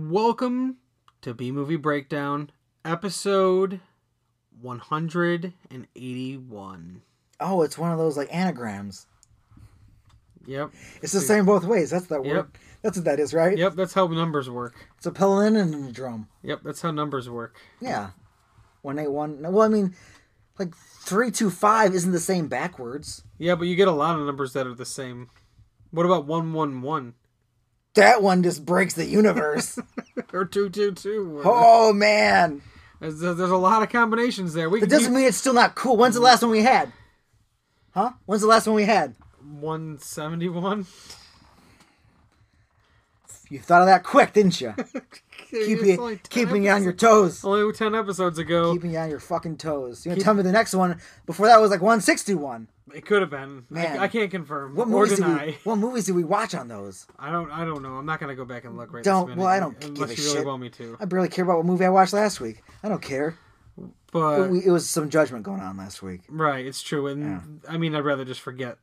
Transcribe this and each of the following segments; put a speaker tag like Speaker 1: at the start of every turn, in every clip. Speaker 1: Welcome to B Movie Breakdown, episode 181.
Speaker 2: Oh, it's one of those like anagrams.
Speaker 1: Yep.
Speaker 2: It's the
Speaker 1: See.
Speaker 2: same both ways. That's that word.
Speaker 1: Yep.
Speaker 2: That's what that is, right?
Speaker 1: Yep, that's how numbers work.
Speaker 2: It's a palindrome.
Speaker 1: Yep, that's how numbers work.
Speaker 2: Yeah. One eight one. Well, I mean, like three two five isn't the same backwards.
Speaker 1: Yeah, but you get a lot of numbers that are the same. What about 111
Speaker 2: That one just breaks the universe.
Speaker 1: or 222?
Speaker 2: oh man,
Speaker 1: There's, there's a lot of combinations there. We
Speaker 2: that
Speaker 1: can
Speaker 2: doesn't
Speaker 1: keep
Speaker 2: mean it's still not cool. When's the last one we had? Huh? When's the last one we had?
Speaker 1: 171.
Speaker 2: You thought of that quick, didn't you? Keep
Speaker 1: It's only
Speaker 2: you
Speaker 1: 10
Speaker 2: keeping you on your
Speaker 1: episodes-
Speaker 2: toes.
Speaker 1: Only 10 episodes ago.
Speaker 2: Keeping you on your fucking toes. You're gonna tell me the next one before that was like one sixty one.
Speaker 1: It could have been.
Speaker 2: Man.
Speaker 1: I, I can't confirm
Speaker 2: What
Speaker 1: or
Speaker 2: movies do
Speaker 1: deny.
Speaker 2: we What movies do we watch on those?
Speaker 1: I don't. I don't know. I'm not gonna go back and look right.
Speaker 2: Don't-
Speaker 1: This minute,
Speaker 2: well, I don't
Speaker 1: unless
Speaker 2: give a
Speaker 1: you really
Speaker 2: shit.
Speaker 1: want me to.
Speaker 2: I barely care about what movie I watched last week. I don't care.
Speaker 1: But
Speaker 2: we, it was some judgment going on last week.
Speaker 1: right, it's true. And I mean, I'd rather just forget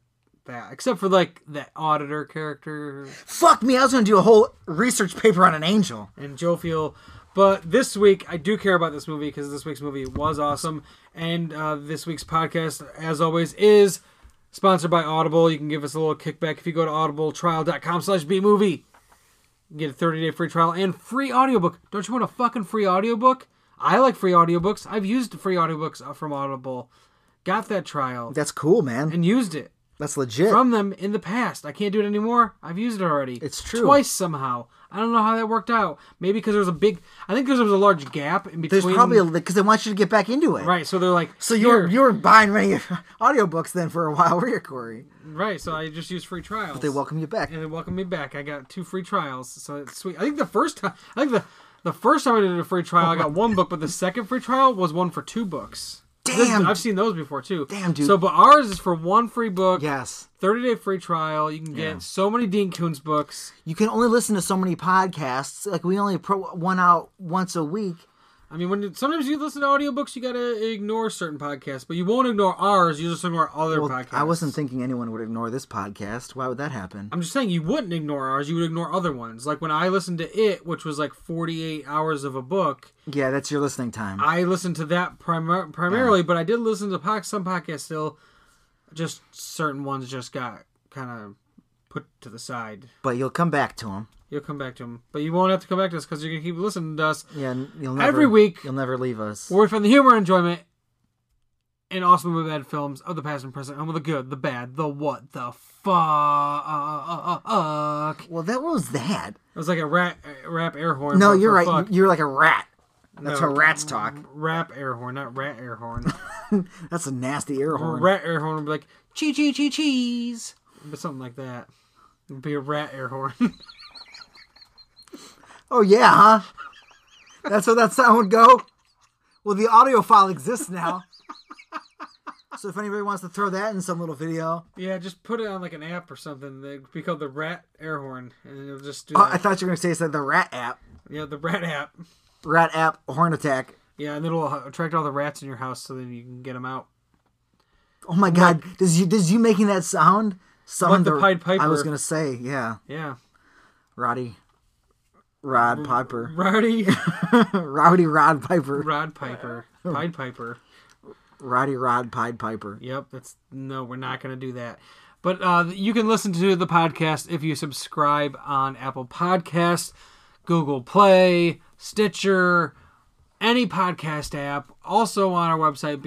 Speaker 1: that, except for like that auditor character
Speaker 2: Fuck me, I was gonna do a whole research paper on an angel.
Speaker 1: and Joe Feel. But this week, I do care about this movie because this week's movie was awesome. And uh, this week's podcast, as always, is sponsored by Audible. You can give us a little kickback if you go to audibletrial.com slash bmovie. Get a 30-day free trial and free audiobook. Don't you want a fucking free audiobook? I like free audiobooks. I've used free audiobooks uh, from Audible. Got that trial
Speaker 2: That's cool, man.
Speaker 1: and used it
Speaker 2: That's legit.
Speaker 1: from them in the past. I can't do it anymore. I've used it already.
Speaker 2: It's true.
Speaker 1: Twice somehow. I don't know how that worked out. Maybe because there was a big. I think 'cause there was a large gap in between.
Speaker 2: There's probably a because they want you to get back into it.
Speaker 1: right. So they're like.
Speaker 2: So you were
Speaker 1: "Here."
Speaker 2: you were buying many audiobooks then for a while, were you, Corey?
Speaker 1: right. So I just used free trials.
Speaker 2: They welcome you back.
Speaker 1: and they welcomed me back. I got two free trials, so it's sweet. I think the first time, I think the the first time I did a free trial, I got one book, but the second free trial was one for two books. This-
Speaker 2: Damn.
Speaker 1: I've seen those before too.
Speaker 2: Damn, dude.
Speaker 1: So, but ours is for one free book,
Speaker 2: Yes.
Speaker 1: thirty day free trial. You can get so many Dean Koontz books.
Speaker 2: You can only listen to so many podcasts. Like we only pro one out once a week.
Speaker 1: I mean, when you, sometimes you listen to audiobooks, you gotta ignore certain podcasts, but you won't ignore ours. You just ignore other
Speaker 2: Well,
Speaker 1: podcasts.
Speaker 2: I wasn't thinking anyone would ignore this podcast. Why would that happen?
Speaker 1: I'm just saying you wouldn't ignore ours. You would ignore other ones. Like when I listened to it, which was like 48 hours of a book.
Speaker 2: Yeah, that's your listening time.
Speaker 1: I listened to that primar- primarily, but I did listen to po- some podcasts still. Just certain ones just got kind of put to the side.
Speaker 2: But you'll come back to them.
Speaker 1: You'll come back to them, but you won't have to come back to us because you're gonna keep listening to us.
Speaker 2: Yeah, and you'll never,
Speaker 1: Every week-
Speaker 2: You'll never leave us.
Speaker 1: Where we find the humor, enjoyment, and awesome and bad films of the past and present, and with the good, the bad, the what, the fuck. It
Speaker 2: Well, that what was that.
Speaker 1: was like a rat, a rap air horn.
Speaker 2: No,
Speaker 1: but
Speaker 2: you're
Speaker 1: for
Speaker 2: right.
Speaker 1: fuck.
Speaker 2: You- You're like a rat. That's
Speaker 1: No.
Speaker 2: how rats talk.
Speaker 1: Rap air horn, not rat air horn.
Speaker 2: That's a nasty air horn.
Speaker 1: rat air horn would be like chee chee chee cheese, but something like that. It'd be a rat air horn.
Speaker 2: Oh yeah, huh? That's how that sound would go. Well, the audio file exists now. So if anybody wants to throw that in some little video,
Speaker 1: yeah, just put it on like an app or something. It'd be called the rat air horn, and it'll just do
Speaker 2: oh, I
Speaker 1: that.
Speaker 2: thought you were gonna say it's like the rat app,
Speaker 1: yeah the rat app.
Speaker 2: rat app horn attack.
Speaker 1: Yeah, and it'll uh, attract all the rats in your house, so then you can get them out.
Speaker 2: Oh my god, does you does you making that sound summon
Speaker 1: Like the Pied Piper.
Speaker 2: I was gonna say yeah,
Speaker 1: Yeah.
Speaker 2: Roddy, Rod
Speaker 1: Mm.
Speaker 2: Piper,
Speaker 1: Roddy
Speaker 2: Rowdy Rod Piper,
Speaker 1: Rod Piper.
Speaker 2: oh.
Speaker 1: Pied Piper.
Speaker 2: Roddy Rod Pied Piper.
Speaker 1: Yep, that's no, we're not going to do that. But uh, you can listen to the podcast if you subscribe on Apple Podcast, Google Play, Stitcher, any podcast app. Also on our website,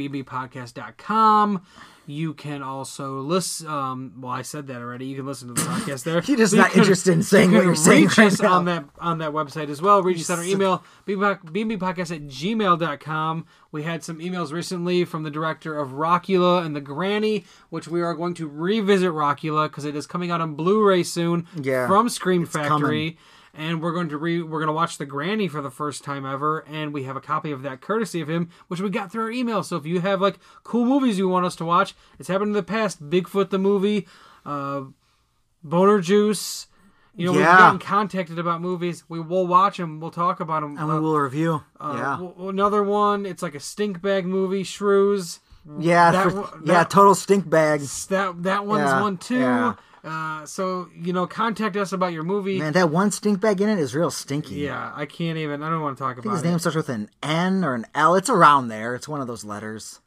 Speaker 1: bbpodcast.com. You can also listen. Um, well, I said that already. You can listen to the podcast there.
Speaker 2: You're just
Speaker 1: But you
Speaker 2: not
Speaker 1: can-
Speaker 2: interested in saying what
Speaker 1: can
Speaker 2: you're saying
Speaker 1: reach
Speaker 2: right
Speaker 1: us
Speaker 2: now.
Speaker 1: on that on that website as well. Reach us at our email, bbpodcast at gmail.com. We had some emails recently from the director of Rockula and the Granny, which we are going to revisit Rockula because it is coming out on Blu-ray soon
Speaker 2: Yeah,
Speaker 1: from Scream Factory.
Speaker 2: coming.
Speaker 1: And we're going to re we're going to watch the Granny for the first time ever, and we have a copy of that courtesy of him, which we got through our email. So if you have like cool movies you want us to watch, it's happened in the past. Bigfoot the movie, uh, Boner Juice. You know,
Speaker 2: Yeah.
Speaker 1: we've gotten contacted about movies. We will watch them. We'll talk about them.
Speaker 2: and we will review. yeah,
Speaker 1: another one. It's like a stink bag movie, Shrews.
Speaker 2: yeah,
Speaker 1: that
Speaker 2: for-
Speaker 1: wa-
Speaker 2: yeah.
Speaker 1: that-
Speaker 2: Total stink bag.
Speaker 1: That that one's
Speaker 2: Yeah,
Speaker 1: one too.
Speaker 2: yeah.
Speaker 1: Uh, so you know, contact us about your movie.
Speaker 2: Man, that one stink bag in it is real stinky.
Speaker 1: Yeah, I can't even. I don't want to talk
Speaker 2: I think
Speaker 1: about
Speaker 2: his
Speaker 1: it.
Speaker 2: name starts with an N or an L. It's around there. It's one of those letters.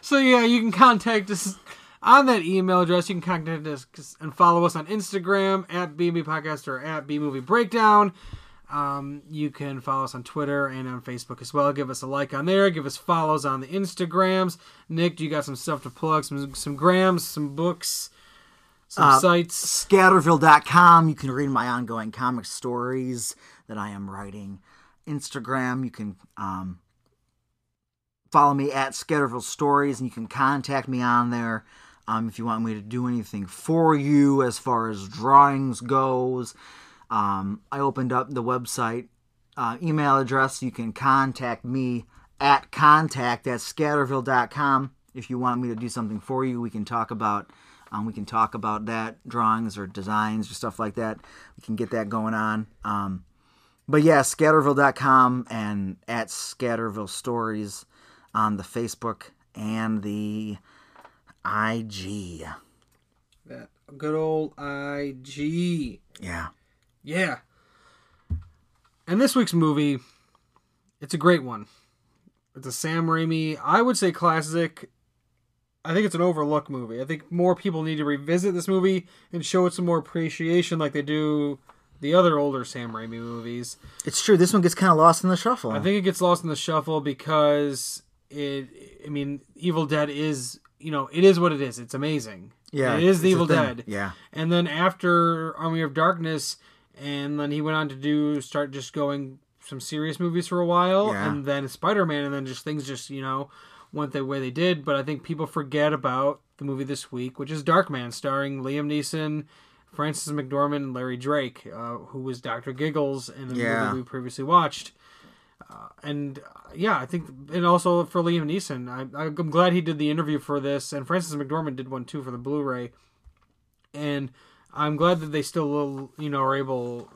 Speaker 1: So yeah, you can contact us on that email address. You can contact us and follow us on Instagram at BMB Podcast or at B Movie Breakdown. Um, you can follow us on Twitter and on Facebook as well. Give us a like on there. Give us follows on the Instagrams. Nick, do you got some stuff to plug? Some some grams, some books, some sites.
Speaker 2: Scatterville.com. You can read my ongoing comic stories that I am writing. Instagram. You can um, follow me at Scatterville Stories, and you can contact me on there um, if you want me to do anything for you as far as drawings goes. Um, I opened up the website uh, email address. You can contact me at contact at scatterville.com if you want me to do something for you. We can talk about um, we can talk about that drawings or designs or stuff like that. We can get that going on. Um, but yeah, scatterville.com and at Scatterville Stories on the Facebook and the IG.
Speaker 1: That good old IG.
Speaker 2: Yeah.
Speaker 1: Yeah. And this week's movie, it's a great one. It's a Sam Raimi, I would say classic. I think it's an overlooked movie. I think more people need to revisit this movie and show it some more appreciation like they do the other older Sam Raimi movies.
Speaker 2: It's true. This one gets kind of lost in the shuffle.
Speaker 1: I think it gets lost in the shuffle because it I mean, Evil Dead is, you know, it is what it is. It's amazing. It is the
Speaker 2: it's a
Speaker 1: Evil
Speaker 2: thing.
Speaker 1: Dead.
Speaker 2: Yeah.
Speaker 1: And then after Army of Darkness, and then he went on to do start just going some serious movies for a while,
Speaker 2: Yeah.
Speaker 1: and then Spider Man, and then just things just you know went the way they did. But I think people forget about the movie this week, which is Dark Man, starring Liam Neeson, Francis McDormand, and Larry Drake, uh, who was Doctor Giggles in the
Speaker 2: Yeah.
Speaker 1: movie we previously watched. Uh, and uh, yeah, I think, and also for Liam Neeson, I, I'm glad he did the interview for this, and Francis McDormand did one too for the Blu-ray and I'm glad that they still, you know, are able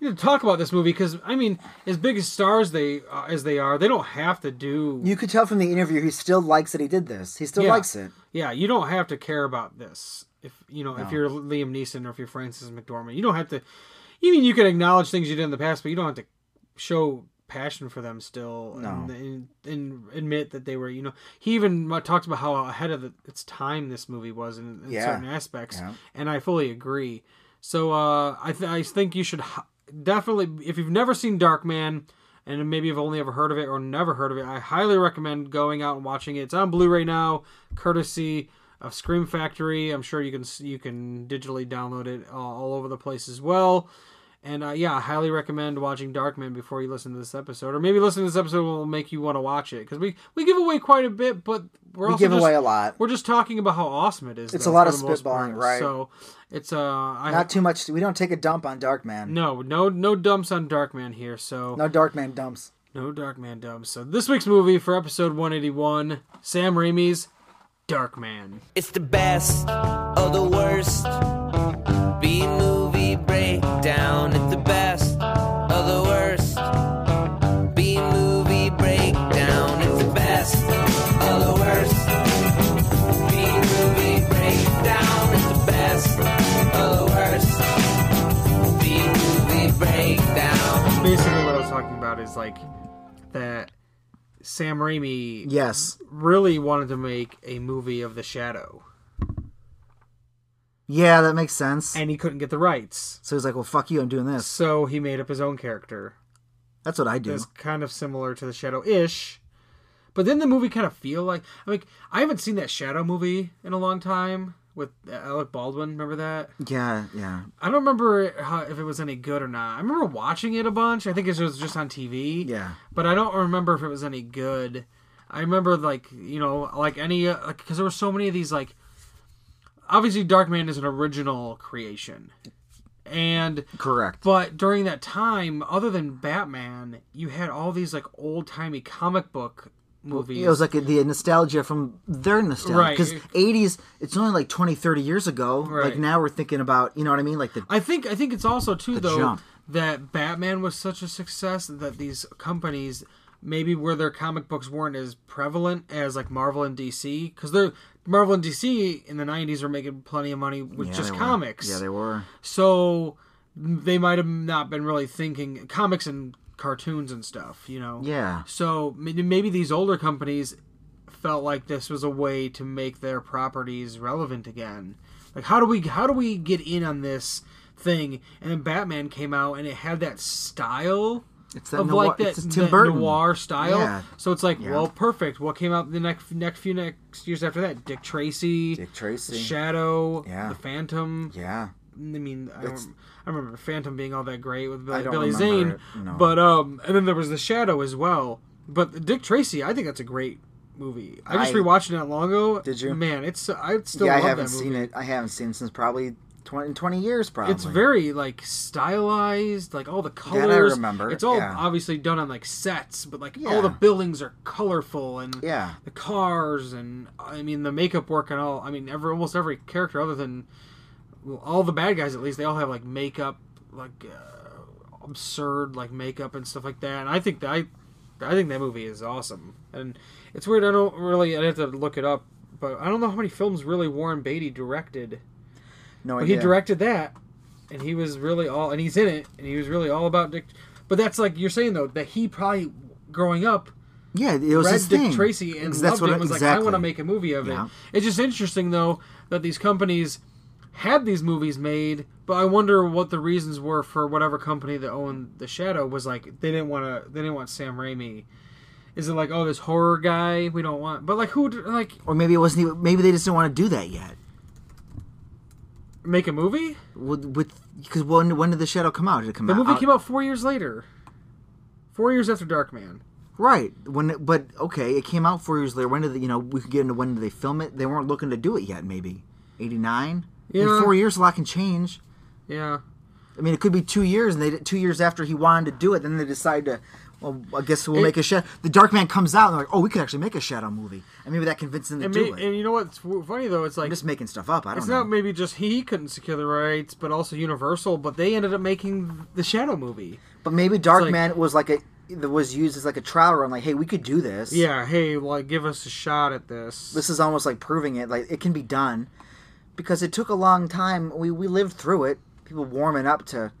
Speaker 1: you know, to talk about this movie because I mean, as big as stars they uh, as they are, they don't have to do.
Speaker 2: You could tell from the interview he still likes that he did this. He still
Speaker 1: Yeah.
Speaker 2: likes it.
Speaker 1: yeah, you don't have to care about this if you know if you're Liam Neeson or if you're Francis McDormand. You don't have to. You mean you can acknowledge things you did in the past, but you don't have to show passion for them still and, and, and admit that they were you know he even uh, talked about how ahead of the, its time this movie was in, in
Speaker 2: Yeah.
Speaker 1: certain aspects
Speaker 2: Yeah.
Speaker 1: and i fully agree so uh i, th- I think you should h- definitely if you've never seen dark man and maybe you've only ever heard of it or never heard of it i highly recommend going out and watching it it's on blu-ray now courtesy of scream factory i'm sure you can s- you can digitally download it uh, all over the place as well and uh, yeah, I highly recommend watching Darkman before you listen to this episode, or maybe listen to this episode will make you want to watch it because we we give away quite a bit, but we're
Speaker 2: We
Speaker 1: also
Speaker 2: give
Speaker 1: just,
Speaker 2: away a lot.
Speaker 1: We're just talking about how awesome it is.
Speaker 2: It's
Speaker 1: though,
Speaker 2: a lot
Speaker 1: for
Speaker 2: of
Speaker 1: the most
Speaker 2: spitballing,
Speaker 1: part.
Speaker 2: right.
Speaker 1: So it's uh, I
Speaker 2: Not too much. We don't take a dump on Darkman.
Speaker 1: no no no dumps on Darkman here. So
Speaker 2: No Darkman dumps.
Speaker 1: no Darkman dumps. So this week's movie for episode one eighty one, Sam Raimi's Darkman.
Speaker 3: It's the best of the worst. B movie breakdown. It's the best of the worst. B movie breakdown. It's the best of the worst. B movie breakdown. It's the best of the worst. B movie breakdown.
Speaker 1: Basically, what I was talking about is like that Sam Raimi
Speaker 2: Yes.
Speaker 1: really wanted to make a movie of The Shadow.
Speaker 2: Yeah, that makes sense.
Speaker 1: and he couldn't get the rights.
Speaker 2: so he's like, well, fuck you. I'm doing this.
Speaker 1: So he made up his own character.
Speaker 2: That's what I do.
Speaker 1: That's kind of similar to the Shadow ish. But then the movie kind of feel like I mean I haven't seen that Shadow movie in a long time with uh, Alec Baldwin. Remember that?
Speaker 2: Yeah, yeah.
Speaker 1: I don't remember how, if it was any good or not. I remember watching it a bunch. I think it was just on TV.
Speaker 2: Yeah.
Speaker 1: But I don't remember if it was any good. I remember like you know like any because there were so many of these like obviously Darkman is an original creation and
Speaker 2: Correct.
Speaker 1: But during that time, other than Batman, you had all these like old timey comic book movies.
Speaker 2: It was like the nostalgia from their nostalgia.
Speaker 1: Right.
Speaker 2: Because 80s, it's only like 20, 30 years ago. Like
Speaker 1: Right.
Speaker 2: now we're thinking about, you know what I mean? Like the.
Speaker 1: I think I think it's also too though
Speaker 2: jump.
Speaker 1: that Batman was such a success that these companies maybe where their comic books weren't as prevalent as like Marvel and DC because they're Marvel and DC in the 90s were making plenty of money with
Speaker 2: Yeah,
Speaker 1: just
Speaker 2: they were.
Speaker 1: comics.
Speaker 2: Yeah, they were.
Speaker 1: so they might have not been really thinking comics and cartoons and stuff, you know.
Speaker 2: Yeah.
Speaker 1: So maybe, maybe these older companies felt like this was a way to make their properties relevant again. Like how do we how do we get in on this thing? And then Batman came out and it had that style
Speaker 2: It's that
Speaker 1: of
Speaker 2: noir-
Speaker 1: like that,
Speaker 2: it's a
Speaker 1: that noir style.
Speaker 2: Yeah.
Speaker 1: So it's like, well, perfect. What came out the next next few next years after that? Dick Tracy,
Speaker 2: Dick Tracy.
Speaker 1: Shadow,
Speaker 2: Yeah.
Speaker 1: the Phantom.
Speaker 2: Yeah.
Speaker 1: I mean, I, don't, I remember Phantom being all that great with Billy,
Speaker 2: don't
Speaker 1: Billy Zane,
Speaker 2: remember it, no.
Speaker 1: but um, and then there was the Shadow as well. But Dick Tracy, I think that's a great movie. I just
Speaker 2: I-
Speaker 1: rewatched it not long ago.
Speaker 2: Did you?
Speaker 1: Man, it's I still
Speaker 2: yeah, I
Speaker 1: love
Speaker 2: haven't
Speaker 1: that movie.
Speaker 2: seen it. I haven't seen it since probably 20, 20 years, probably.
Speaker 1: It's very like stylized, like all the
Speaker 2: I
Speaker 1: colors.
Speaker 2: remember,
Speaker 1: It's all
Speaker 2: yeah.
Speaker 1: obviously done on like sets, but like
Speaker 2: Yeah.
Speaker 1: all the buildings are colorful and
Speaker 2: Yeah.
Speaker 1: the cars and I mean the makeup work and all. I mean, every almost every character other than well, all the bad guys at least they all have like makeup, like uh, absurd like makeup and stuff like that. And I think that I, I think that movie is awesome. And it's weird. I don't really. I would have to look it up, but I don't know how many films really Warren Beatty directed.
Speaker 2: No
Speaker 1: But
Speaker 2: idea.
Speaker 1: he directed that, and he was really all, and he's in it, and he was really all about Dick. But that's like you're saying though that he probably growing up
Speaker 2: Yeah, it was
Speaker 1: read
Speaker 2: his
Speaker 1: Dick
Speaker 2: thing.
Speaker 1: Tracy and
Speaker 2: Ex-
Speaker 1: loved it.
Speaker 2: I-
Speaker 1: and Was like I want to make a movie of
Speaker 2: Yeah.
Speaker 1: it. It's just interesting though that these companies had these movies made, but I wonder what the reasons were for whatever company that owned the Shadow was like they didn't want to they didn't want Sam Raimi. Is it like oh this horror guy we don't want? But like who d- like
Speaker 2: Or maybe it wasn't. Even, maybe they just didn't want to do that yet.
Speaker 1: make a movie?
Speaker 2: With with because when when did the Shadow come out? Did it come
Speaker 1: The
Speaker 2: out?
Speaker 1: movie came out four years later, four years after Dark Man.
Speaker 2: right when. It, but okay, it came out four years later. When did the, you know we could get into when did they film it? They weren't looking to do it yet. Maybe eighty nine.
Speaker 1: Yeah.
Speaker 2: In four years, a lot can change.
Speaker 1: Yeah.
Speaker 2: I mean, it could be two years, and they did- two years after he wanted to do it, then they decide to. Well, I guess we'll make a shadow. The Dark Man comes out, and they're like, "Oh, we could actually make a shadow movie," and maybe that convinced them to
Speaker 1: And,
Speaker 2: do
Speaker 1: may-
Speaker 2: it.
Speaker 1: and you know what's w- funny though? It's like
Speaker 2: I'm just making stuff up. I don't
Speaker 1: it's
Speaker 2: know.
Speaker 1: not maybe just he couldn't secure the rights, but also Universal. But they ended up making the Shadow movie.
Speaker 2: but maybe Dark
Speaker 1: like-
Speaker 2: Man was like a that was used as like a trial run. Like, hey, we could do this.
Speaker 1: Yeah. Hey, like give us a shot at this.
Speaker 2: this is almost like proving it. Like, it can be done because it took a long time. We we lived through it. People warming up to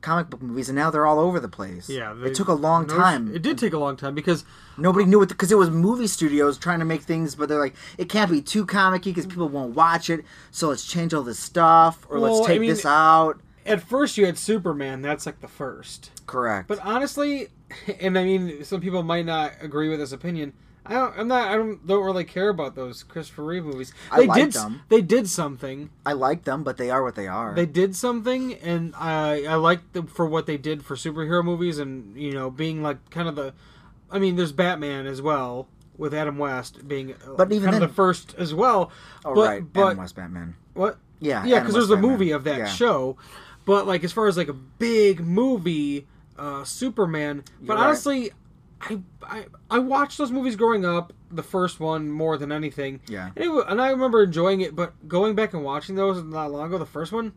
Speaker 2: comic book movies, and now they're all over the place.
Speaker 1: yeah. they-
Speaker 2: it took a long
Speaker 1: no sh-
Speaker 2: time.
Speaker 1: It did take a long time because
Speaker 2: Nobody knew what because it was movie studios trying to make things, but they're like, it can't be too comic because people won't watch it. So let's change all this stuff, or
Speaker 1: Well,
Speaker 2: let's
Speaker 1: I
Speaker 2: take
Speaker 1: mean-
Speaker 2: this out.
Speaker 1: at first you had Superman. That's like the first.
Speaker 2: Correct.
Speaker 1: But honestly, and I mean, some people might not agree with this opinion. I don't, I'm not. I don't, don't really care about those Christopher Reeve movies.
Speaker 2: I
Speaker 1: They
Speaker 2: like
Speaker 1: did. s-
Speaker 2: them.
Speaker 1: They did something.
Speaker 2: I like them, but they are what they are.
Speaker 1: they did something and i i liked them for what they did for superhero movies and you know being like kind of the i mean there's batman as well with adam west being uh,
Speaker 2: But even
Speaker 1: kind
Speaker 2: then-
Speaker 1: of the first as well
Speaker 2: oh
Speaker 1: but,
Speaker 2: right,
Speaker 1: but
Speaker 2: Adam West Batman.
Speaker 1: what
Speaker 2: Yeah,
Speaker 1: yeah
Speaker 2: Adam
Speaker 1: because there's
Speaker 2: West
Speaker 1: a
Speaker 2: Batman.
Speaker 1: movie of that
Speaker 2: Yeah.
Speaker 1: show but like as far as like a big movie uh superman but
Speaker 2: right.
Speaker 1: honestly I, I i watched those movies growing up the first one more than anything
Speaker 2: Yeah.
Speaker 1: and, it, wa- and i remember enjoying it but going back and watching those not long ago the first one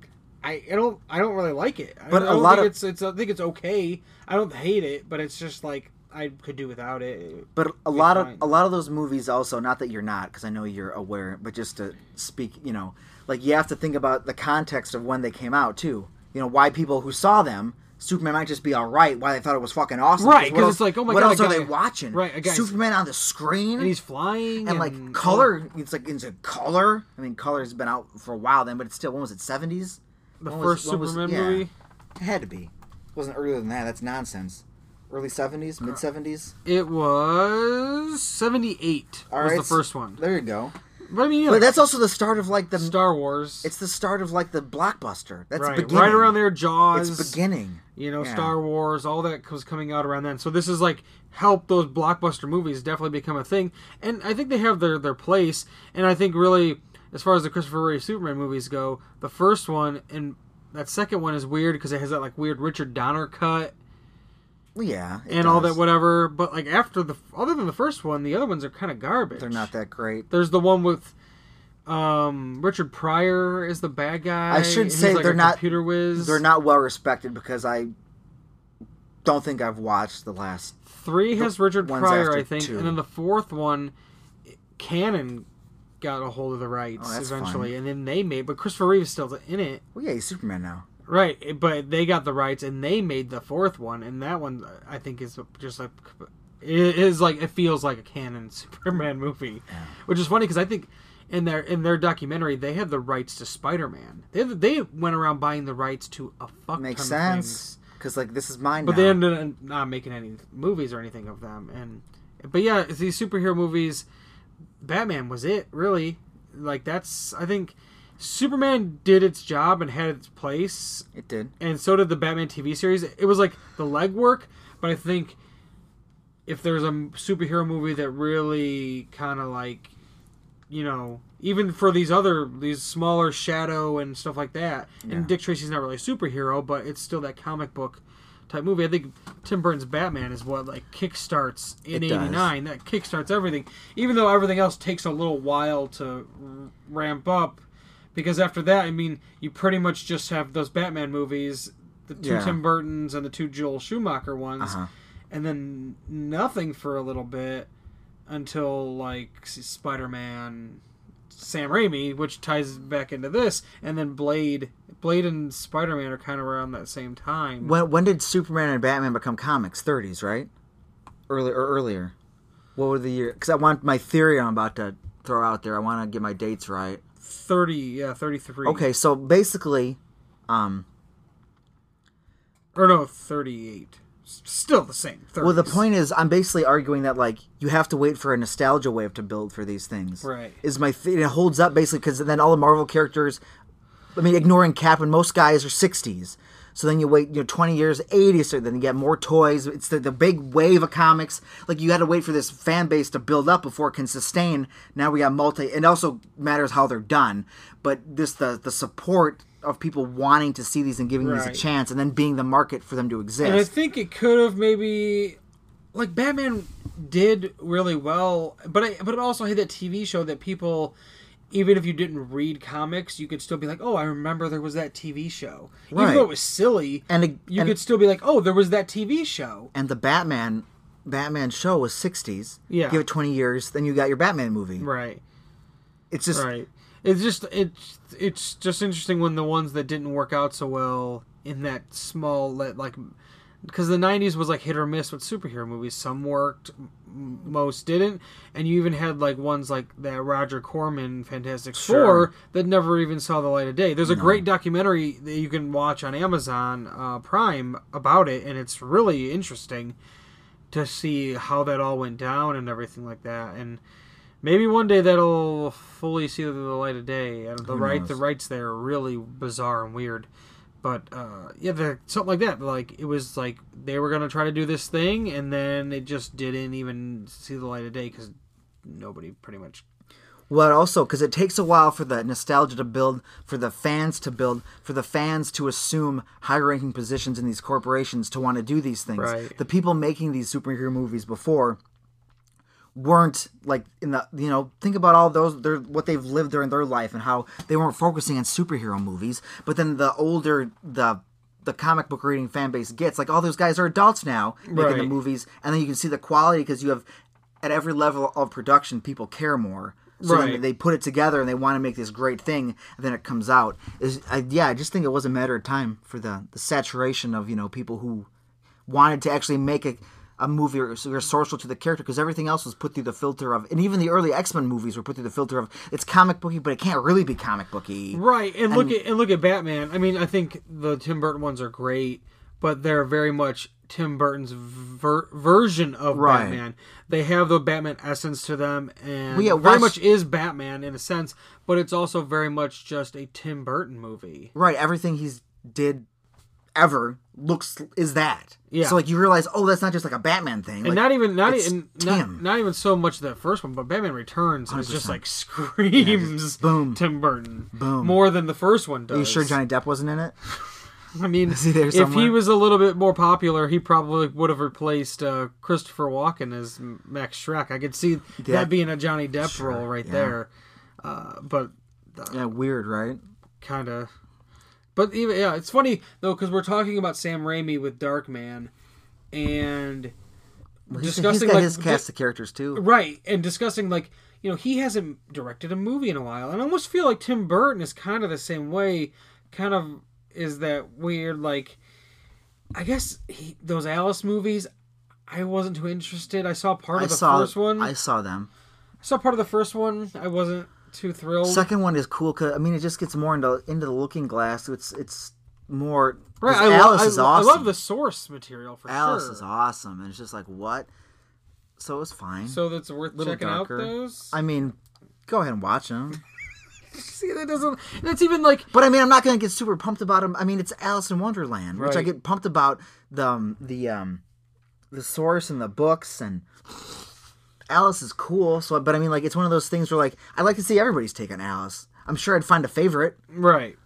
Speaker 1: I, I don't I don't really like it. I-
Speaker 2: But
Speaker 1: I
Speaker 2: a
Speaker 1: don't
Speaker 2: lot
Speaker 1: think
Speaker 2: of-
Speaker 1: it's it's I think it's okay. I don't hate it, but it's just like I could do without it.
Speaker 2: But a lot of
Speaker 1: fine.
Speaker 2: a lot of those movies also not that you're not because I know you're aware, but just to speak, you know, like you have to think about the context of when they came out too. You know why people who saw them Superman might just be all right. Why they thought it was fucking awesome.
Speaker 1: Right,
Speaker 2: what
Speaker 1: 'cause
Speaker 2: else-
Speaker 1: it's like, oh my
Speaker 2: what
Speaker 1: God,
Speaker 2: else
Speaker 1: a
Speaker 2: are they
Speaker 1: guy-
Speaker 2: watching?
Speaker 1: right, a guy's-
Speaker 2: Superman on the screen
Speaker 1: And he's flying
Speaker 2: and like color. It's like it's a color. I mean, color's been out for a while then, but it's still when was it? Seventies.
Speaker 1: oh, The first Superman movie.
Speaker 2: It had to be. It wasn't earlier than that. That's nonsense. Early seventies, mid seventies.
Speaker 1: It was seventy eight.
Speaker 2: All
Speaker 1: was
Speaker 2: right,
Speaker 1: the first one.
Speaker 2: There you go.
Speaker 1: But I mean, yeah,
Speaker 2: But that's also the start of like the.
Speaker 1: Star Wars.
Speaker 2: it's the start of like the blockbuster. That's
Speaker 1: right,
Speaker 2: beginning.
Speaker 1: right around there. Jaws.
Speaker 2: It's beginning.
Speaker 1: You know,
Speaker 2: Yeah.
Speaker 1: Star Wars. All that was coming out around then. So this is like help those blockbuster movies definitely become a thing. And I think they have their their place. And I think really, as far as the Christopher Reeve Superman movies go, the first one and that second one is weird because it has that like weird Richard Donner cut.
Speaker 2: Well, yeah. it
Speaker 1: And all
Speaker 2: does.
Speaker 1: that whatever, but like after the other than the first one, the other ones are kind of garbage.
Speaker 2: They're not that great.
Speaker 1: There's the one with um, Richard Pryor is the bad guy.
Speaker 2: I should
Speaker 1: and he's
Speaker 2: say
Speaker 1: like
Speaker 2: they're
Speaker 1: a
Speaker 2: not-
Speaker 1: computer whiz.
Speaker 2: They're not well respected because I don't think I've watched the last.
Speaker 1: Three has Richard
Speaker 2: ones
Speaker 1: Pryor,
Speaker 2: after
Speaker 1: I think,
Speaker 2: two.
Speaker 1: and then the fourth one, Cannon got a hold of the rights
Speaker 2: Oh, that's
Speaker 1: eventually, and then they made. But Christopher Reeve's still in it,
Speaker 2: Well, yeah, he's Superman now.
Speaker 1: right? eh, But they got the rights, and they made the fourth one, and that one uh, I think is just like it is like it feels like a canon Superman movie, which is funny because I think in their in their documentary they had the rights to Spider Man. They they went around buying the rights to a fuck
Speaker 2: Makes
Speaker 1: ton of things.
Speaker 2: sense because like this is mine.
Speaker 1: But
Speaker 2: now.
Speaker 1: they ended up not making any movies or anything of them. And but yeah, it's these superhero movies, Batman was it really? Like that's I think Superman did its job and had its place,
Speaker 2: it did.
Speaker 1: and so did the Batman TV series. It was like the legwork, but I think if there's a m- superhero movie that really kind of like, you know, even for these other these smaller Shadow and stuff like that, and Dick Tracy's not really a superhero, but it's still that comic book type movie. I think Tim Burton's Batman is what like kickstarts in
Speaker 2: It does.
Speaker 1: '89. That kickstarts everything, even though everything else takes a little while to r- ramp up. Because after that, I mean, you pretty much just have those Batman movies, the two
Speaker 2: Yeah.
Speaker 1: Tim Burton's and the two Joel Schumacher ones,
Speaker 2: Uh-huh.
Speaker 1: and then nothing for a little bit until like S- Spider-Man, Sam Raimi, which ties back into this, and then Blade. Blade and Spider-Man are kind of around that same time.
Speaker 2: When when did Superman and Batman become comics? Thirties, right? Early or earlier? What were the year? Because I want my theory. I'm about to throw out there. I want to get my dates right.
Speaker 1: Thirty, yeah, thirty-three.
Speaker 2: Okay, so basically, um,
Speaker 1: or no, thirty-eight. S- Still the same. 30s.
Speaker 2: well, the point is, I'm basically arguing that like you have to wait for a nostalgia wave to build for these things.
Speaker 1: Right.
Speaker 2: Is my th- it holds up basically because then all the Marvel characters, I mean, ignoring Captain, most guys are 60s. So then you wait, you know, 20 years, 80s, so then you get more toys. It's the, the big wave of comics. Like you had to wait for this fan base to build up before it can sustain. Now we got multi. It also matters how they're done, but this the the support of people wanting to see these and giving these a
Speaker 1: Right.
Speaker 2: chance, and then being the market for them to exist.
Speaker 1: And I think it could have maybe, like Batman did really well, but I, but it also had that TV show that people, even if you didn't read comics, you could still be like, oh, I remember there was that TV show, even
Speaker 2: Right.
Speaker 1: though it was silly.
Speaker 2: And a-
Speaker 1: you
Speaker 2: and-
Speaker 1: could still be like, oh, there was that TV show.
Speaker 2: and the Batman Batman show was 60s.
Speaker 1: Yeah.
Speaker 2: Give it 20 years, then you got your Batman movie.
Speaker 1: Right,
Speaker 2: It's just
Speaker 1: right. It's just it's it's just interesting when the ones that didn't work out so well in that small that like. Because the '90s was like hit or miss with superhero movies. Some worked, most didn't, and you even had like ones like that Roger Corman Fantastic Four that never even saw the light of day. There's a great documentary that you can watch on Amazon uh, Prime about it, and it's really interesting to see how that all went down and everything like that. And maybe one day that'll fully see the light of day. And the right, the rights there are really bizarre and weird. But uh, yeah, the, something like that. Like it was like they were gonna try to do this thing, and then it just didn't even see the light of day because nobody pretty much.
Speaker 2: well also cuz it takes a while for the nostalgia to build, for the fans to build, for the fans to assume high-ranking positions in these corporations to want to do these things.
Speaker 1: Right.
Speaker 2: The people making these superhero movies before weren't like in the you know think about all those their what they've lived during their life and how they weren't focusing on superhero movies but then the older the the comic book reading fan base gets like all those guys are adults now making the
Speaker 1: Right.
Speaker 2: movies and then you can see the quality because you have at every level of production people care more so
Speaker 1: Right.
Speaker 2: then they put it together and they want to make this great thing and then it comes out is I, yeah i just think it was a matter of time for the the saturation of you know people who wanted to actually make a, a movie or, or social to the character because everything else was put through the filter of, and even the early X Men movies were put through the filter of it's comic booky, but it can't really be comic booky.
Speaker 1: Right, and look at and look at Batman. I mean, I think the Tim Burton ones are great, but they're very much Tim Burton's ver- version of
Speaker 2: Right.
Speaker 1: Batman. They have the Batman essence to them, and
Speaker 2: yeah,
Speaker 1: very
Speaker 2: watch-
Speaker 1: much is Batman in a sense, but it's also very much just a Tim Burton movie.
Speaker 2: Right, everything he's did ever looks is that.
Speaker 1: Yeah.
Speaker 2: So like you realize, oh, that's not just like a Batman thing.
Speaker 1: And
Speaker 2: like,
Speaker 1: not even not
Speaker 2: it's
Speaker 1: even not,
Speaker 2: Tim.
Speaker 1: not even so much that first one, but Batman Returns is just like screams
Speaker 2: boom.
Speaker 1: Tim Burton boom more than the first one does.
Speaker 2: Are you sure Johnny Depp wasn't in it?
Speaker 1: I mean,
Speaker 2: he there
Speaker 1: if he
Speaker 2: somewhere?
Speaker 1: was a little bit more popular, he probably would have replaced uh, Christopher Walken as M- Max Shrek. I could see that being a Johnny Depp role right there, uh, but
Speaker 2: Yeah, weird, right?
Speaker 1: kind of. But even yeah, it's funny though because we're talking about Sam Raimi with Darkman, and
Speaker 2: Well, he's-
Speaker 1: discussing,
Speaker 2: he's got
Speaker 1: like,
Speaker 2: his
Speaker 1: the-
Speaker 2: cast of characters too.
Speaker 1: Right, and discussing like you know he hasn't directed a movie in a while, and I almost feel like Tim Burton is kind of the same way. Kind of is that weird like, I guess he, those Alice movies. I wasn't too interested. I saw part
Speaker 2: I
Speaker 1: of the
Speaker 2: saw
Speaker 1: first one. I,
Speaker 2: I saw them.
Speaker 1: saw part of the first one. I wasn't too thrilled.
Speaker 2: Second one is cool. 'cause, I mean, it just gets more into into the Looking Glass. It's it's more. 'cause
Speaker 1: right, I,
Speaker 2: Alice
Speaker 1: Alice I,
Speaker 2: is awesome.
Speaker 1: I love the source material for
Speaker 2: Alice
Speaker 1: sure.
Speaker 2: is awesome, and it's just like what. So it was fine.
Speaker 1: So that's worth
Speaker 2: Little
Speaker 1: checking
Speaker 2: darker.
Speaker 1: out those.
Speaker 2: I mean, go ahead and watch them.
Speaker 1: See, that doesn't. That's even like
Speaker 2: But I mean, I'm not gonna get super pumped about them. I mean, it's Alice in Wonderland, which I
Speaker 1: Right.
Speaker 2: get pumped about the um, the um, the source and the books and Alice is cool. So, but I mean, like, it's one of those things where like I'd like to see everybody's take on Alice. I'm sure I'd find a favorite.
Speaker 1: Right.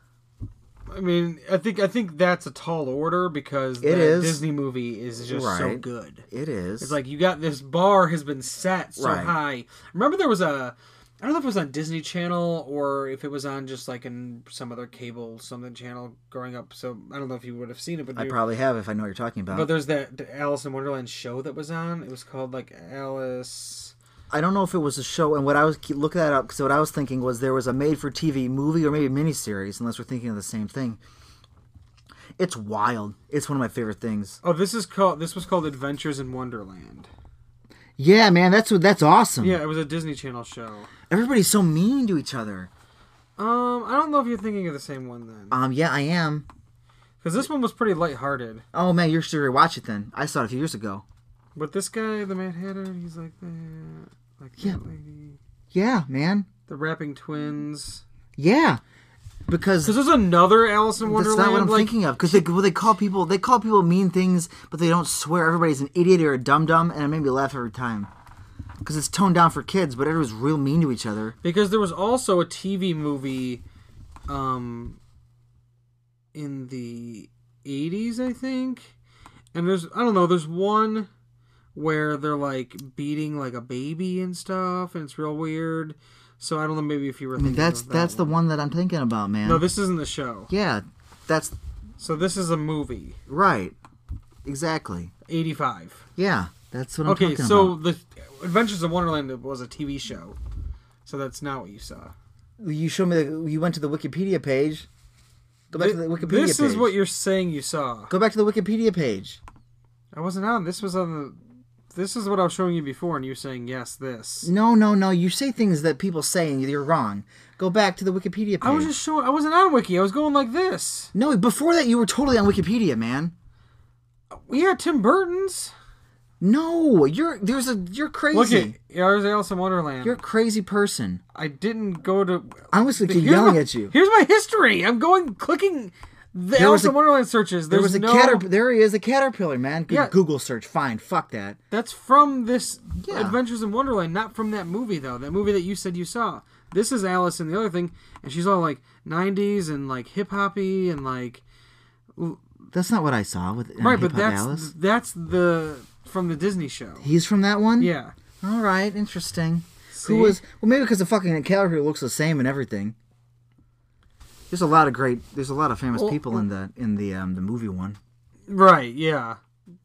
Speaker 1: I mean, I think I think that's a tall order because the
Speaker 2: is.
Speaker 1: Disney movie is just so
Speaker 2: Right.
Speaker 1: good.
Speaker 2: It is.
Speaker 1: It's like you got this bar has been set so
Speaker 2: Right.
Speaker 1: high. Remember there was a I don't know if it was on Disney Channel or if it was on just like in some other cable something channel growing up. So I don't know if you would have seen it, but
Speaker 2: I
Speaker 1: you-
Speaker 2: probably have if I know what you're talking about.
Speaker 1: but there's that Alice in Wonderland show that was on. It was called like Alice.
Speaker 2: I don't know if it was a show. And what I was keep- look that up because what I was thinking was there was a made-for-TV movie or maybe miniseries, unless we're thinking of the same thing. It's wild. It's one of my favorite things.
Speaker 1: Oh, this is called this was called Adventures in Wonderland.
Speaker 2: Yeah, man, that's what that's awesome.
Speaker 1: Yeah, it was a Disney Channel show.
Speaker 2: Everybody's so mean to each other.
Speaker 1: Um, I don't know if you're thinking of the same one then.
Speaker 2: Um, yeah, I am.
Speaker 1: Because this one was pretty lighthearted.
Speaker 2: Oh man, you're sure to watch it then. I saw it a few years ago.
Speaker 1: But this guy, the Mad Hatter, he's like that. Like
Speaker 2: Yeah.
Speaker 1: that lady.
Speaker 2: Yeah, man.
Speaker 1: The Rapping Twins.
Speaker 2: Mm. Yeah, because
Speaker 1: Because there's another Alice in
Speaker 2: that's
Speaker 1: Wonderland.
Speaker 2: not what I'm
Speaker 1: like,
Speaker 2: thinking of. Because they well, they call people they call people mean things, but they don't swear everybody's an idiot or a dum dum, and it made me laugh every time. Because it's toned down for kids, but everyone's real mean to each other.
Speaker 1: Because there was also a TV movie um, in the 80s, I think. And there's, I don't know, there's one where they're like beating like a baby and stuff, and it's real weird. So I don't know, maybe if you were
Speaker 2: I mean,
Speaker 1: thinking
Speaker 2: that's
Speaker 1: of that
Speaker 2: that's the one that I'm thinking about, man.
Speaker 1: No, this isn't the show.
Speaker 2: yeah, that's
Speaker 1: So this is a movie.
Speaker 2: right. Exactly.
Speaker 1: 85.
Speaker 2: Yeah, that's what I'm
Speaker 1: Okay,
Speaker 2: talking
Speaker 1: so
Speaker 2: about.
Speaker 1: the Adventures of Wonderland was a TV show, so that's not what you saw.
Speaker 2: You showed me the, you went to the Wikipedia page. Go back to the Wikipedia page.
Speaker 1: this is what you're saying you saw.
Speaker 2: Go back to the Wikipedia page.
Speaker 1: I wasn't on. This was on the. This is what I was showing you before, and you were saying yes. This.
Speaker 2: No, no, no. You say things that people say and you're wrong. Go back to the Wikipedia page.
Speaker 1: I was just showing. I wasn't on Wiki. I was going like this.
Speaker 2: No, before that you were totally on Wikipedia, man.
Speaker 1: Yeah, Tim Burton's.
Speaker 2: No, you're there's a you're
Speaker 1: Look
Speaker 2: crazy.
Speaker 1: at. Yeah, there's Alice in Wonderland.
Speaker 2: You're a crazy person.
Speaker 1: I didn't go to.
Speaker 2: I honestly keep
Speaker 1: Here's
Speaker 2: yelling
Speaker 1: my-
Speaker 2: at you.
Speaker 1: Here's my history. I'm going clicking. The
Speaker 2: was
Speaker 1: Alice in
Speaker 2: a-
Speaker 1: Wonderland searches.
Speaker 2: There
Speaker 1: There's
Speaker 2: was a
Speaker 1: no.
Speaker 2: caterp- There he is, a caterpillar, man. Good
Speaker 1: Yeah.
Speaker 2: Google search. Fine, fuck that.
Speaker 1: That's from this
Speaker 2: Yeah.
Speaker 1: Adventures in Wonderland, not from that movie though. That movie that you said you saw. This is Alice and the other thing, and she's all like '90s and like hip hoppy and like
Speaker 2: That's not what I saw with uh,
Speaker 1: right,
Speaker 2: right,
Speaker 1: but that's
Speaker 2: Alice.
Speaker 1: that's the from the Disney show.
Speaker 2: He's from that one.
Speaker 1: Yeah,
Speaker 2: All right. Interesting.
Speaker 1: See?
Speaker 2: Who was? Well, maybe because the fucking caterpillar looks the same and everything. There's a lot of great. There's a lot of famous
Speaker 1: Well-
Speaker 2: people in the in the um the movie one.
Speaker 1: right? Yeah,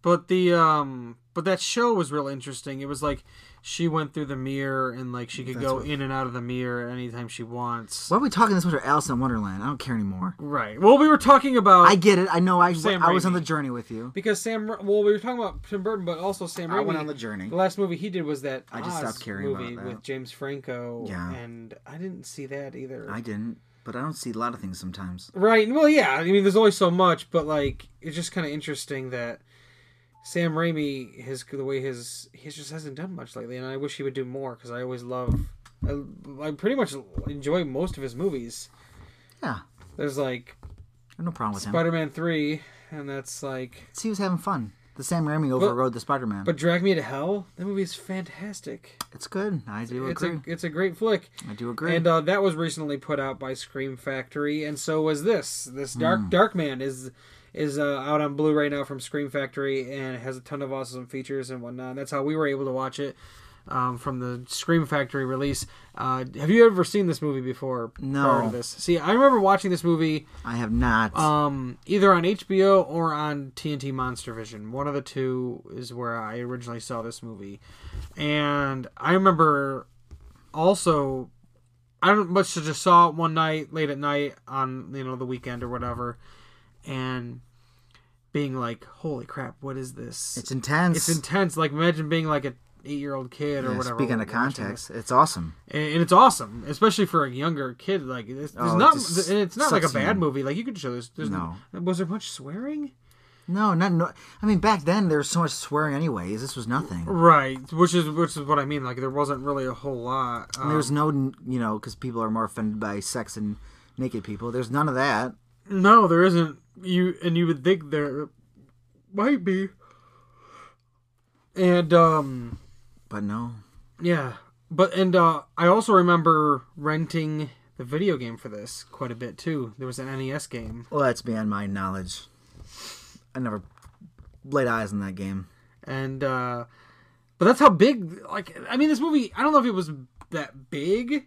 Speaker 1: but the um, but that show was real interesting. It was like she went through the mirror and like she could go in and out of the mirror anytime she wants.
Speaker 2: Why are we talking this much about Alice in Wonderland? I don't care anymore.
Speaker 1: Right. Well, we were talking about
Speaker 2: I get it. I know. I
Speaker 1: Sam
Speaker 2: I was on
Speaker 1: Raimi.
Speaker 2: the journey with you.
Speaker 1: Because Sam, well, we were talking about Tim Burton, but also Sam.
Speaker 2: I went
Speaker 1: Raimi.
Speaker 2: on the journey.
Speaker 1: The last movie he did was that
Speaker 2: I just
Speaker 1: Oz
Speaker 2: stopped caring
Speaker 1: movie
Speaker 2: about that.
Speaker 1: with James Franco.
Speaker 2: Yeah.
Speaker 1: and I didn't see that either.
Speaker 2: I didn't, but I don't see a lot of things sometimes.
Speaker 1: Right. Well, yeah. I mean, there's only so much, but like, it's just kind of interesting that Sam Raimi, his the way his he just hasn't done much lately, and I wish he would do more because I always love. I, I pretty much enjoy most of his movies.
Speaker 2: Yeah,
Speaker 1: There's like
Speaker 2: I have no problem with him.
Speaker 1: Spider-Man three, and that's like.
Speaker 2: See, he was having fun. The Sam Raimi overrode the Spider-Man.
Speaker 1: But Drag Me to Hell, that movie is fantastic.
Speaker 2: it's good. I do
Speaker 1: It's
Speaker 2: agree.
Speaker 1: a it's a great flick.
Speaker 2: I do agree.
Speaker 1: And uh, that was recently put out by Scream Factory, and so was this. This Dark Dark Man is is uh, out on Blu-ray now from Scream Factory, and it has a ton of awesome features and whatnot. That's how we were able to watch it. um, from the Scream Factory release. Uh, have you ever seen this movie before?
Speaker 2: No.
Speaker 1: prior to this? See, I remember watching this movie
Speaker 2: I have not.
Speaker 1: um, either on HBO or on TNT Monster Vision. One of the two is where I originally saw this movie, and I remember also I don't much just saw it one night late at night on you know the weekend or whatever, and being like, "Holy crap, what is this?"
Speaker 2: it's intense.
Speaker 1: it's intense. Like imagine being like a eight year old kid or
Speaker 2: Yeah,
Speaker 1: whatever.
Speaker 2: Speaking of
Speaker 1: watching
Speaker 2: context, it's awesome.
Speaker 1: it. and, and it's awesome, especially for a younger kid. Like it's, there's
Speaker 2: Oh, it
Speaker 1: not,
Speaker 2: just
Speaker 1: and it's not like a
Speaker 2: sucks you
Speaker 1: bad
Speaker 2: in.
Speaker 1: movie. Like you could show this. There's
Speaker 2: No.
Speaker 1: was there much swearing?
Speaker 2: No, not no. I mean, back then there was so much swearing. Anyways, this was nothing.
Speaker 1: Right, which is which is what I mean. Like there wasn't really a whole lot. uh,
Speaker 2: And There's no, you know, because people are more offended by sex and naked people. There's none of that.
Speaker 1: No, there isn't. You and you would think there might be. And um
Speaker 2: But no,
Speaker 1: yeah, but and uh I also remember renting the video game for this quite a bit too. There was an NES game
Speaker 2: well, that's beyond my knowledge. I never laid eyes on that game.
Speaker 1: and uh but that's how big like I mean this movie, I don't know if it was that big.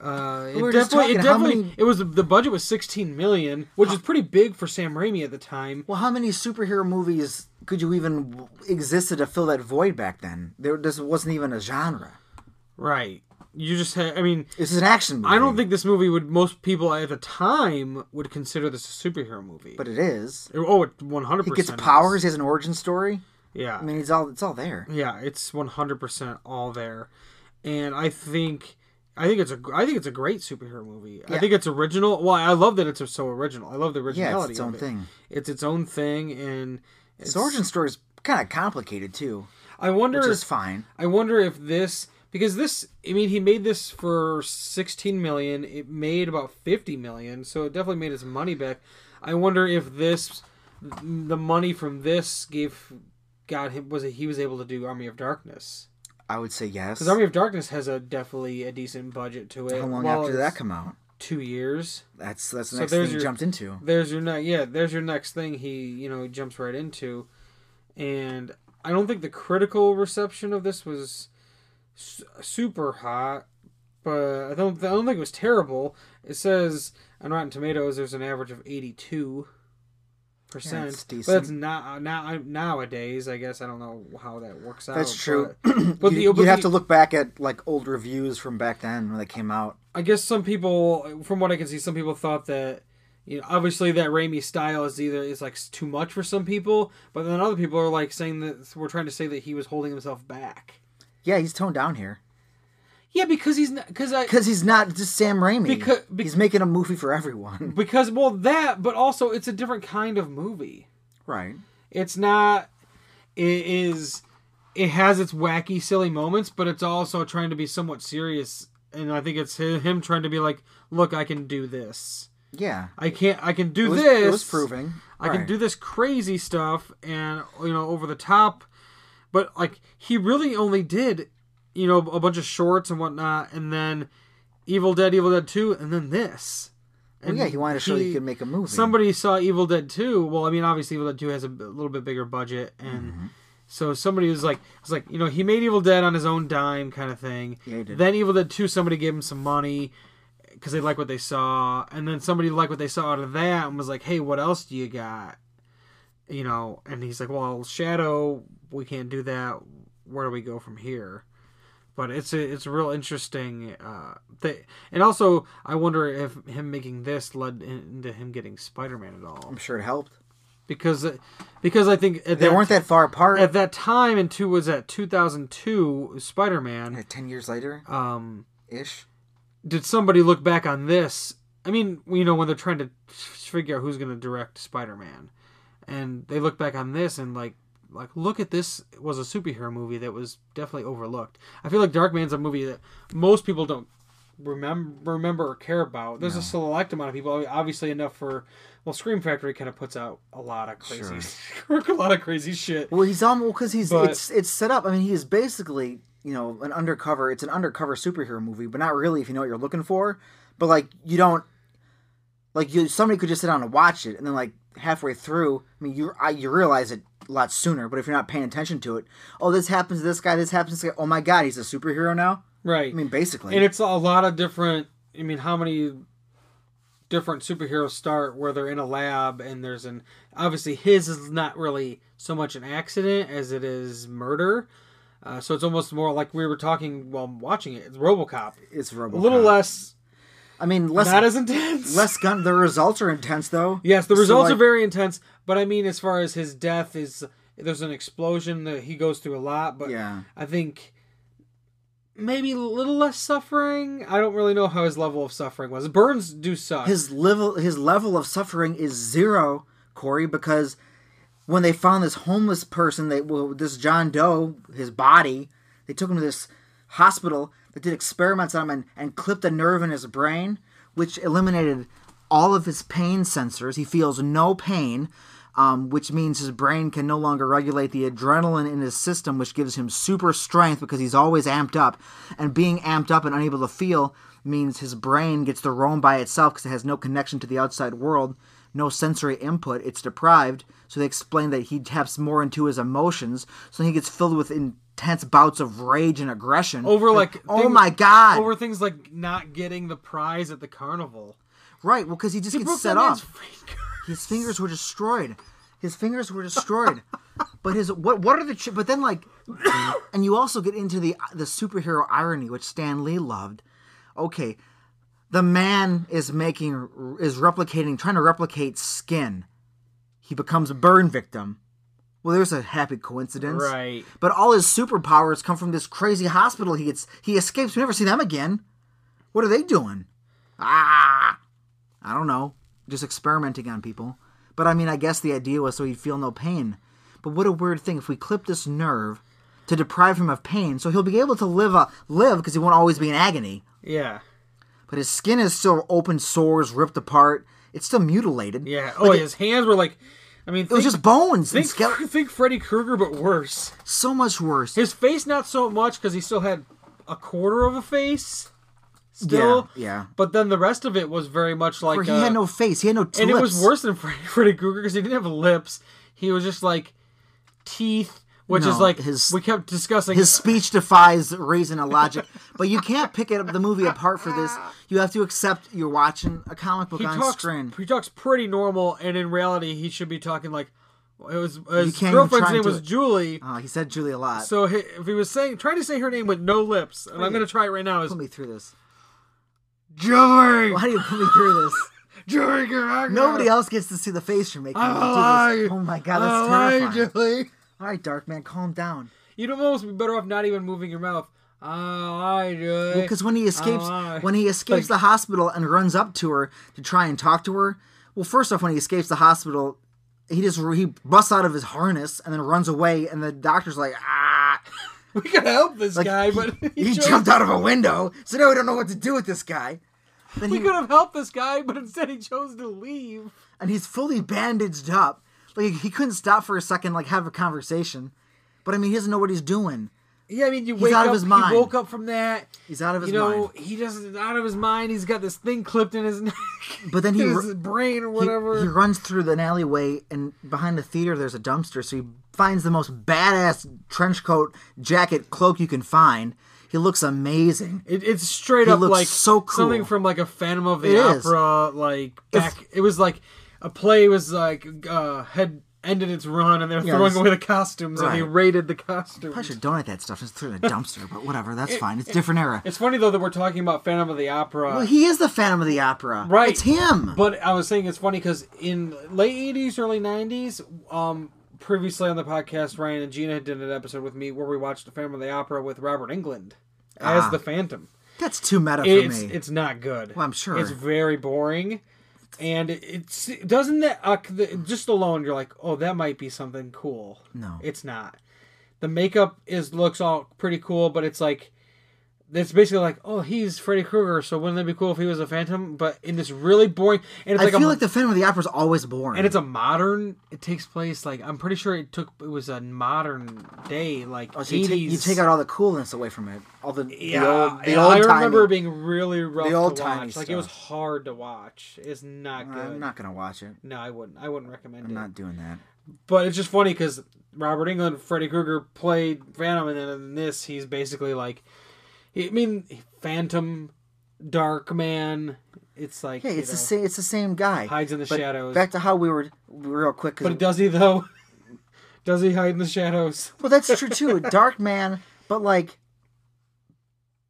Speaker 1: Uh, it
Speaker 2: were just
Speaker 1: definitely, it
Speaker 2: talking how
Speaker 1: definitely,
Speaker 2: many-
Speaker 1: it was the budget was 16 million, which is pretty big for Sam Raimi at the time.
Speaker 2: Well, how many superhero movies could you even w- existed to fill that void back then? There, this wasn't even a genre.
Speaker 1: Right. You just had, I mean,
Speaker 2: This is an action movie.
Speaker 1: I don't think this movie would, most people at the time would consider this a superhero movie.
Speaker 2: but it is.
Speaker 1: oh, it 100%.
Speaker 2: He gets
Speaker 1: is.
Speaker 2: powers. He has an origin story.
Speaker 1: Yeah.
Speaker 2: I mean, it's all it's all there.
Speaker 1: yeah, it's 100% all there. And I think. I think it's a I think it's a great superhero movie. I
Speaker 2: Yeah.
Speaker 1: think it's original. Well, I love that it's so original. I love the
Speaker 2: Yeah,
Speaker 1: originality.
Speaker 2: it's its
Speaker 1: of
Speaker 2: own
Speaker 1: it.
Speaker 2: thing.
Speaker 1: It's its own thing, and
Speaker 2: Its origin story is kind of complicated too,
Speaker 1: I wonder
Speaker 2: which
Speaker 1: if-
Speaker 2: is fine.
Speaker 1: I wonder if this because this I mean he made this for 16 million, it made about 50 million, so it definitely made his money back. I wonder if this the money from this gave got him was it he was able to do Army of Darkness.
Speaker 2: I would say yes.
Speaker 1: Cuz Army of Darkness has a definitely a decent budget to it.
Speaker 2: How long
Speaker 1: Well,
Speaker 2: after did that
Speaker 1: it's
Speaker 2: come out?
Speaker 1: 2 years.
Speaker 2: That's that's the
Speaker 1: So
Speaker 2: next
Speaker 1: there's
Speaker 2: thing you
Speaker 1: your-
Speaker 2: jumped into.
Speaker 1: There's your next yeah, there's your next thing he, you know, jumps right into. And I don't think the critical reception of this was su- super hot, but I don't I don't think it was terrible. It says on Rotten Tomatoes there's an average of 82
Speaker 2: Yeah,
Speaker 1: percent.
Speaker 2: that's
Speaker 1: But
Speaker 2: decent.
Speaker 1: that's not not nowadays, I guess I don't know how that works out.
Speaker 2: That's true.
Speaker 1: but- but the-
Speaker 2: you,
Speaker 1: but
Speaker 2: would have
Speaker 1: the-
Speaker 2: to look back at like old reviews from back then when they came out.
Speaker 1: I guess some people, from what I can see, some people thought that, you know, obviously that Raimi style is either is like too much for some people, but then other people are like saying that we're trying to say that he was holding himself back.
Speaker 2: Yeah, he's toned down here
Speaker 1: Yeah, because he's not because I
Speaker 2: because he's not just Sam Raimi.
Speaker 1: Becau- be-
Speaker 2: he's making a movie for everyone,
Speaker 1: because well that, but also it's a different kind of movie.
Speaker 2: right?
Speaker 1: It's not. It is. It has its wacky, silly moments, but it's also trying to be somewhat serious. And I think it's hi- him trying to be like, "Look, I can do this.
Speaker 2: Yeah,
Speaker 1: I can't. I can do
Speaker 2: it was,
Speaker 1: this."
Speaker 2: it was proving.
Speaker 1: I can
Speaker 2: Right.
Speaker 1: do this crazy stuff and you know over the top, but like he really only did you know a bunch of shorts and whatnot, and then Evil Dead, Evil Dead Two, and then this.
Speaker 2: Well,
Speaker 1: And
Speaker 2: yeah, he wanted to show he could make a movie.
Speaker 1: Somebody saw Evil Dead Two. Well, I mean, obviously Evil Dead Two has a b- little bit bigger budget, and
Speaker 2: Mm-hmm.
Speaker 1: so somebody was like, was like, you know, he made Evil Dead on his own dime, kind of thing.
Speaker 2: Yeah, he did.
Speaker 1: Then Evil Dead Two, somebody gave him some money because they liked what they saw, and then somebody liked what they saw out of that and was like, hey, what else do you got? You know, and he's like, well, Shadow, we can't do that. Where do we go from here? but it's a it's a real interesting uh thing. And also, I wonder if him making this led into him getting Spider Man at all
Speaker 2: I'm sure it helped.
Speaker 1: because because I think at
Speaker 2: They
Speaker 1: that,
Speaker 2: weren't that far apart.
Speaker 1: at that time and two was at two thousand two Spider Man.
Speaker 2: Ten years later,
Speaker 1: Um,
Speaker 2: ish.
Speaker 1: did somebody look back on this? I mean, you know, when they're trying to figure out who's going to direct Spider Man, and they look back on this and like. Like, look at this was a superhero movie that was definitely overlooked. I feel like Darkman's a movie that most people don't remember, remember or care about. There's a select amount of people, obviously enough for. Well, Scream Factory kind of puts out a lot of crazy, a lot of crazy shit.
Speaker 2: Well, he's on because he's
Speaker 1: But-
Speaker 2: it's it's set up. I mean, he is basically you know an undercover. It's an undercover superhero movie, but not really if you know what you're looking for. But like you don't like you somebody could just sit down and watch it, and then like halfway through, I mean you I, you realize it a lot sooner. But if you're not paying attention to it, oh, this happens to this guy, this happens to this guy. Oh my God, he's a superhero now.
Speaker 1: Right.
Speaker 2: I mean, basically,
Speaker 1: and it's a lot of different. I mean, how many different superheroes start where they're in a lab and there's an obviously his is not really so much an accident as it is murder. Uh, so it's almost more like we were talking while watching it. It's RoboCop,
Speaker 2: it's
Speaker 1: a
Speaker 2: Robocop.
Speaker 1: little less,
Speaker 2: I mean, less
Speaker 1: not as intense.
Speaker 2: less gun. The results are intense though.
Speaker 1: Yes, the
Speaker 2: So,
Speaker 1: results
Speaker 2: like-
Speaker 1: are very intense, but I mean, as far as his death is, there's an explosion that he goes through a lot, but
Speaker 2: Yeah.
Speaker 1: I think maybe a little less suffering. I don't really know how his level of suffering was. Burns do suck.
Speaker 2: his level his level of suffering is zero, Corey, because when they found this homeless person, they well, this John Doe, his body, they took him to this hospital that did experiments on him and, and clipped a nerve in his brain, which eliminated all of his pain sensors. He feels no pain, um, which means his brain can no longer regulate the adrenaline in his system, which gives him super strength because he's always amped up. And being amped up and unable to feel means his brain gets to roam by itself because it has no connection to the outside world, no sensory input. It's deprived. So they explain that he taps more into his emotions, so he gets filled with intense bouts of rage and aggression.
Speaker 1: over like
Speaker 2: oh
Speaker 1: things-
Speaker 2: my god!
Speaker 1: over things like not getting the prize at the carnival.
Speaker 2: right, well, because he just
Speaker 1: He broke
Speaker 2: gets set
Speaker 1: that man's
Speaker 2: off.
Speaker 1: finger.
Speaker 2: His fingers were destroyed. His fingers were destroyed. but his what? What are the? Ch- but then like, and you also get into the the superhero irony which Stan Lee loved. Okay, the man is making is replicating trying to replicate skin. He becomes a burn victim. Well, there's a happy coincidence,
Speaker 1: Right.
Speaker 2: But all his superpowers come from this crazy hospital. He gets he escapes. We never see them again. What are they doing? Ah, I don't know. Just experimenting on people. But I mean, I guess the idea was so he'd feel no pain. But what a weird thing if we clip this nerve to deprive him of pain, so he'll be able to live a live because he won't always be in agony.
Speaker 1: Yeah.
Speaker 2: But his skin is still open sores, ripped apart. It's still mutilated.
Speaker 1: Yeah. Oh, his hands were like. I mean,
Speaker 2: It was just bones and
Speaker 1: think,
Speaker 2: skeleton.
Speaker 1: think Freddy Krueger, but worse.
Speaker 2: So much worse.
Speaker 1: His face, not so much because he still had a quarter of a face. Still,
Speaker 2: Yeah, yeah.
Speaker 1: But then the rest of it was very much like
Speaker 2: Where he
Speaker 1: uh,
Speaker 2: had no face. He had no. Lips.
Speaker 1: and it was worse than Freddy, Freddy Krueger because he didn't have lips. He was just like teeth, which is
Speaker 2: No,
Speaker 1: like
Speaker 2: his-
Speaker 1: we kept discussing.
Speaker 2: His speech defies reason and logic, but you can't pick it up the movie apart for this. You have to accept you're watching a comic book
Speaker 1: he
Speaker 2: on
Speaker 1: talks,
Speaker 2: screen.
Speaker 1: he talks pretty normal, and in reality, he should be talking like it was. His
Speaker 2: can't even
Speaker 1: girlfriend's
Speaker 2: try
Speaker 1: name
Speaker 2: to
Speaker 1: was
Speaker 2: do it.
Speaker 1: Julie.
Speaker 2: Uh, he said Julie a lot.
Speaker 1: So he, if he was saying trying to say her name with no lips, and I'm gonna try it right now. Is
Speaker 2: put me through this.
Speaker 1: Julie?
Speaker 2: Why do you put me through this?
Speaker 1: Julie Krueger.
Speaker 2: Nobody else gets to see the face you're making. when you do this. Oh my god, that's terrifying.
Speaker 1: Julie.
Speaker 2: All right, Dark Man, calm down.
Speaker 1: You'd almost be better off not even moving your mouth. Oh, I do.
Speaker 2: Because when he escapes,
Speaker 1: alright.
Speaker 2: when he escapes the hospital and runs up to her to try and talk to her, well, first off, when he escapes the hospital, he just he busts out of his harness and then runs away, and the doctor's like, ah.
Speaker 1: we could help this guy,
Speaker 2: he-
Speaker 1: but
Speaker 2: he,
Speaker 1: chose-
Speaker 2: jumped out of a window, so now we don't know what to do with this guy. Then
Speaker 1: We
Speaker 2: he,
Speaker 1: could have helped this guy, but instead he chose to leave.
Speaker 2: and he's fully bandaged up. Like he couldn't stop for a second, like have a conversation. But I mean, he doesn't know what he's doing.
Speaker 1: Yeah, I mean, you wake
Speaker 2: out
Speaker 1: up.
Speaker 2: of his
Speaker 1: He
Speaker 2: mind.
Speaker 1: woke up from that.
Speaker 2: He's out of his
Speaker 1: you know,
Speaker 2: mind.
Speaker 1: he doesn't out of his mind. He's got this thing clipped in his neck,
Speaker 2: But then he
Speaker 1: in
Speaker 2: ru-
Speaker 1: his brain or
Speaker 2: he-
Speaker 1: whatever.
Speaker 2: He, runs through an alleyway, and behind the theater, there's a dumpster. So he finds the most badass trench coat, jacket, cloak you can find. He looks amazing.
Speaker 1: It, it's straight
Speaker 2: He
Speaker 1: up
Speaker 2: looks
Speaker 1: like
Speaker 2: so cool.
Speaker 1: something from like a Phantom of the
Speaker 2: It is.
Speaker 1: Opera. Like back, it was like a play was like uh, had ended its run and they're throwing
Speaker 2: it's-
Speaker 1: away the costumes and they
Speaker 2: Right.
Speaker 1: raided the
Speaker 2: I
Speaker 1: costumes.
Speaker 2: should donate that stuff. Just throw it in a dumpster, but whatever. That's fine. It's different era.
Speaker 1: It's funny though that we're talking about Phantom of the Opera.
Speaker 2: Well, he is the Phantom of the Opera.
Speaker 1: Right.
Speaker 2: It's him.
Speaker 1: But I was saying it's funny because in late 80s, early 90s, um, previously on the podcast, Ryan and Gina did an episode with me where we watched The Phantom of the Opera with Robert England
Speaker 2: Ah.
Speaker 1: as the Phantom.
Speaker 2: That's too meta for
Speaker 1: It's,
Speaker 2: me.
Speaker 1: it's not good.
Speaker 2: Well, I'm sure.
Speaker 1: It's very boring. And it's doesn't that uh, the, just alone you're like oh that might be something cool.
Speaker 2: No.
Speaker 1: it's not. The makeup is looks all pretty cool, but it's like it's basically like oh he's Freddy Krueger, so wouldn't that be cool if he was a phantom? But in this really boring and it's
Speaker 2: I
Speaker 1: like a
Speaker 2: feel like the Phantom of the Opera is always boring.
Speaker 1: and it's a modern. It takes place like I'm pretty sure it took it was a modern day like
Speaker 2: Oh,
Speaker 1: 80s.
Speaker 2: so you, take, you take out all the coolness away from it. All the, the
Speaker 1: Yeah,
Speaker 2: old, the
Speaker 1: and
Speaker 2: old
Speaker 1: I
Speaker 2: timey.
Speaker 1: remember it being really rough
Speaker 2: the
Speaker 1: to watch.
Speaker 2: old-timey
Speaker 1: Like it was
Speaker 2: stuff.
Speaker 1: hard to watch. It's not good.
Speaker 2: I'm not gonna watch it.
Speaker 1: No, I wouldn't. I wouldn't recommend
Speaker 2: I'm
Speaker 1: it.
Speaker 2: not doing that.
Speaker 1: But it's just funny because Robert England, Freddy Krueger played Phantom, and then in this, he's basically like, I mean, Phantom, Dark Man. It's like
Speaker 2: Yeah,
Speaker 1: you
Speaker 2: it's the
Speaker 1: know,
Speaker 2: same. It's the same guy.
Speaker 1: hides in the
Speaker 2: But
Speaker 1: shadows.
Speaker 2: Back to how we were real quick. 'cause-
Speaker 1: but does he though? does he hide in the shadows?
Speaker 2: well, that's true too. Dark man, but like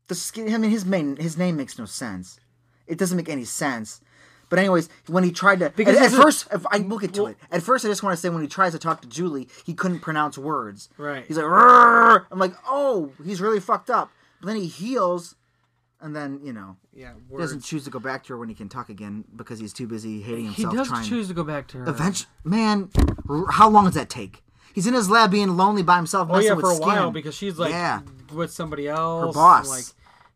Speaker 2: the skin. I mean, his main his name makes no sense. It doesn't make any sense. But anyways, when he tried to
Speaker 1: Because
Speaker 2: at, at
Speaker 1: this is-
Speaker 2: first, if I will get to it. At first, I just want to say when he tries to talk to Julie, he couldn't pronounce words.
Speaker 1: Right.
Speaker 2: He's like, "Rrrr." I'm like, oh, he's really fucked up. But then he heals, and then you know,
Speaker 1: Yeah,
Speaker 2: he doesn't choose to go back to her when he can talk again because he's too busy hating
Speaker 1: He
Speaker 2: himself.
Speaker 1: does
Speaker 2: trying.
Speaker 1: choose to go back to her.
Speaker 2: Eventually, man, r- how long does that take? He's in his lab being lonely by himself,
Speaker 1: Oh
Speaker 2: messing
Speaker 1: yeah,
Speaker 2: with
Speaker 1: for a
Speaker 2: skin.
Speaker 1: while because she's like
Speaker 2: Yeah.
Speaker 1: with somebody else.
Speaker 2: boss.
Speaker 1: Like,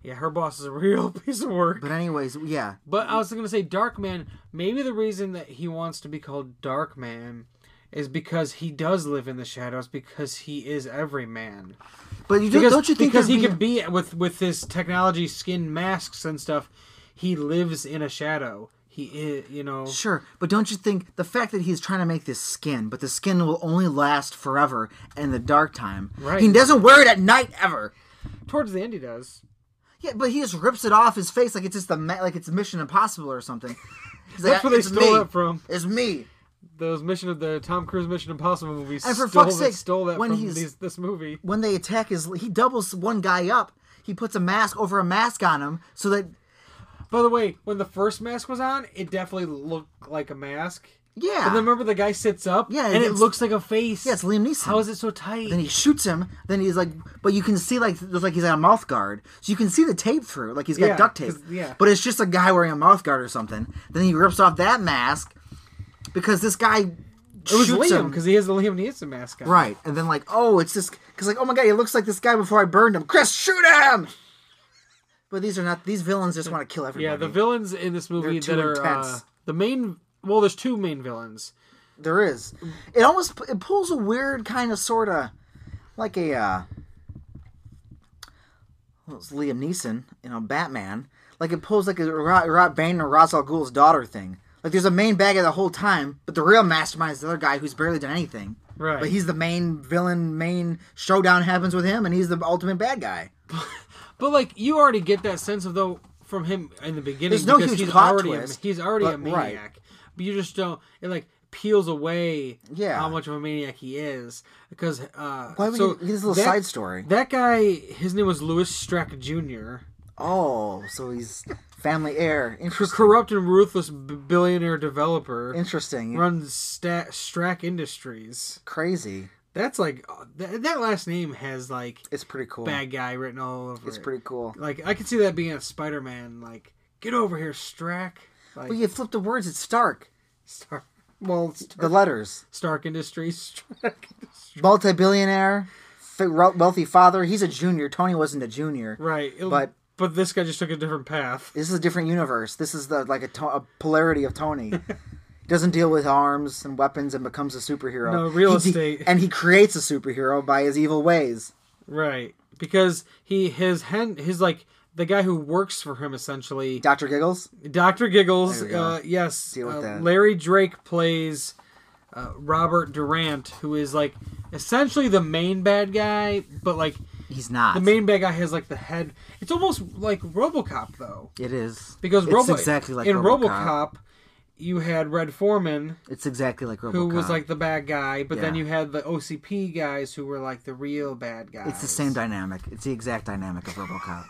Speaker 1: yeah, her boss is a real piece of work.
Speaker 2: But anyways, yeah,
Speaker 1: But I was gonna say Dark Man. Maybe the reason that he wants to be called Dark Man is because he does live in the shadows because he is every man.
Speaker 2: but you do,
Speaker 1: Because,
Speaker 2: don't you think
Speaker 1: because he
Speaker 2: there'd
Speaker 1: can be with with his technology skin masks and stuff, he lives in a shadow. He is, you know.
Speaker 2: sure? But don't you think the fact that he's trying to make this skin, but the skin will only last forever in the dark time.
Speaker 1: Right.
Speaker 2: He doesn't wear it at night ever.
Speaker 1: Towards the end, he does.
Speaker 2: Yeah, but he just rips it off his face like it's just the ma- like it's Mission Impossible or something. He's like,
Speaker 1: That's where they
Speaker 2: "It's
Speaker 1: stole
Speaker 2: me.
Speaker 1: that from.
Speaker 2: It's me.
Speaker 1: Those mission of the Tom Cruise Mission Impossible movies.
Speaker 2: And for
Speaker 1: stole,
Speaker 2: fuck's
Speaker 1: that-
Speaker 2: sake,
Speaker 1: stole that
Speaker 2: when
Speaker 1: from
Speaker 2: he's-
Speaker 1: these, this movie.
Speaker 2: when they attack his he doubles one guy up he puts a mask over a mask on him so that
Speaker 1: By the way, when the first mask was on, it definitely looked like a mask.
Speaker 2: Yeah.
Speaker 1: And then remember the guy sits up
Speaker 2: Yeah,
Speaker 1: and it
Speaker 2: it's-
Speaker 1: looks like a face.
Speaker 2: yeah it's liam neeson
Speaker 1: How is it so tight?
Speaker 2: then he shoots him then he's like but you can see like there's like he's on a mouth guard so you can see the tape through like he's got
Speaker 1: Yeah,
Speaker 2: duct tape
Speaker 1: 'cause- yeah.
Speaker 2: but it's just a guy wearing a mouth guard or something then he rips off that mask because this guy
Speaker 1: it was
Speaker 2: shoots
Speaker 1: Liam
Speaker 2: him.
Speaker 1: because he has the Liam Neeson mask on.
Speaker 2: right and then like oh it's this because like oh my god he looks like this guy before i burned him chris shoot him but these are not these villains just want to kill everybody
Speaker 1: Yeah, the villains in this movie
Speaker 2: too
Speaker 1: that are uh,
Speaker 2: intense.
Speaker 1: the main. Well, there's two main villains.
Speaker 2: There is. It almost p- it pulls a weird kind of sort of like a uh well, it's Liam Neeson in a Batman. Like it pulls like a Ra Ra Bane or Ra's al Ghul's daughter thing. Like there's a main bad guy the whole time, but the real mastermind is the other guy who's barely done anything.
Speaker 1: Right.
Speaker 2: But he's the main villain. Main showdown happens with him, and he's the ultimate bad guy.
Speaker 1: But like you already get that sense of though from him in the beginning
Speaker 2: There's no
Speaker 1: because
Speaker 2: huge
Speaker 1: he's
Speaker 2: plot
Speaker 1: already
Speaker 2: twist,
Speaker 1: a, he's already a
Speaker 2: but- right.
Speaker 1: maniac. But you just don't it like peels away
Speaker 2: Yeah.
Speaker 1: how much of a maniac he is because uh
Speaker 2: Why would
Speaker 1: so
Speaker 2: he- he has a little
Speaker 1: that-
Speaker 2: side story.
Speaker 1: That guy his name was Louis Streck Jr.
Speaker 2: Oh, so he's family heir.
Speaker 1: cor-
Speaker 2: Interesting.
Speaker 1: corrupt and ruthless b- billionaire developer
Speaker 2: Interesting.
Speaker 1: runs Sta Strack Industries.
Speaker 2: Crazy.
Speaker 1: That's like uh, th- that last name has like
Speaker 2: It's pretty cool.
Speaker 1: bad guy written all over
Speaker 2: It's
Speaker 1: it.
Speaker 2: pretty cool.
Speaker 1: like I could see that being a Spider-Man like get over here Strack. Like,
Speaker 2: Well, you flip the words. It's Stark.
Speaker 1: Stark,
Speaker 2: Well, the letters.
Speaker 1: Stark Industries. Stark Industries.
Speaker 2: Multi-billionaire, fa- re- wealthy father. He's a junior. Tony wasn't a junior.
Speaker 1: Right. it'll-
Speaker 2: But-
Speaker 1: but this guy just took a different path.
Speaker 2: This is a different universe. This is the like a, to- a polarity of Tony. Doesn't deal with arms and weapons and becomes a superhero.
Speaker 1: No, real
Speaker 2: He de-
Speaker 1: estate.
Speaker 2: and he creates a superhero by his evil ways.
Speaker 1: Right. Because he his hen his like the guy who works for him essentially
Speaker 2: Doctor Giggles.
Speaker 1: Dr. Giggles
Speaker 2: There we go.
Speaker 1: uh yes
Speaker 2: Deal with
Speaker 1: uh,
Speaker 2: that.
Speaker 1: Larry Drake plays uh, Robert Durant who is like essentially the main bad guy but like
Speaker 2: He's not.
Speaker 1: the main bad guy has like the head it's almost like RoboCop though
Speaker 2: it is
Speaker 1: because
Speaker 2: It's
Speaker 1: Robo-
Speaker 2: exactly like
Speaker 1: in
Speaker 2: RoboCop.
Speaker 1: RoboCop you had Red Foreman
Speaker 2: It's exactly like RoboCop.
Speaker 1: who was like the bad guy, but then
Speaker 2: Yeah.
Speaker 1: you had the OCP guys who were like the real bad guys.
Speaker 2: It's the same dynamic. It's the exact dynamic of RoboCop.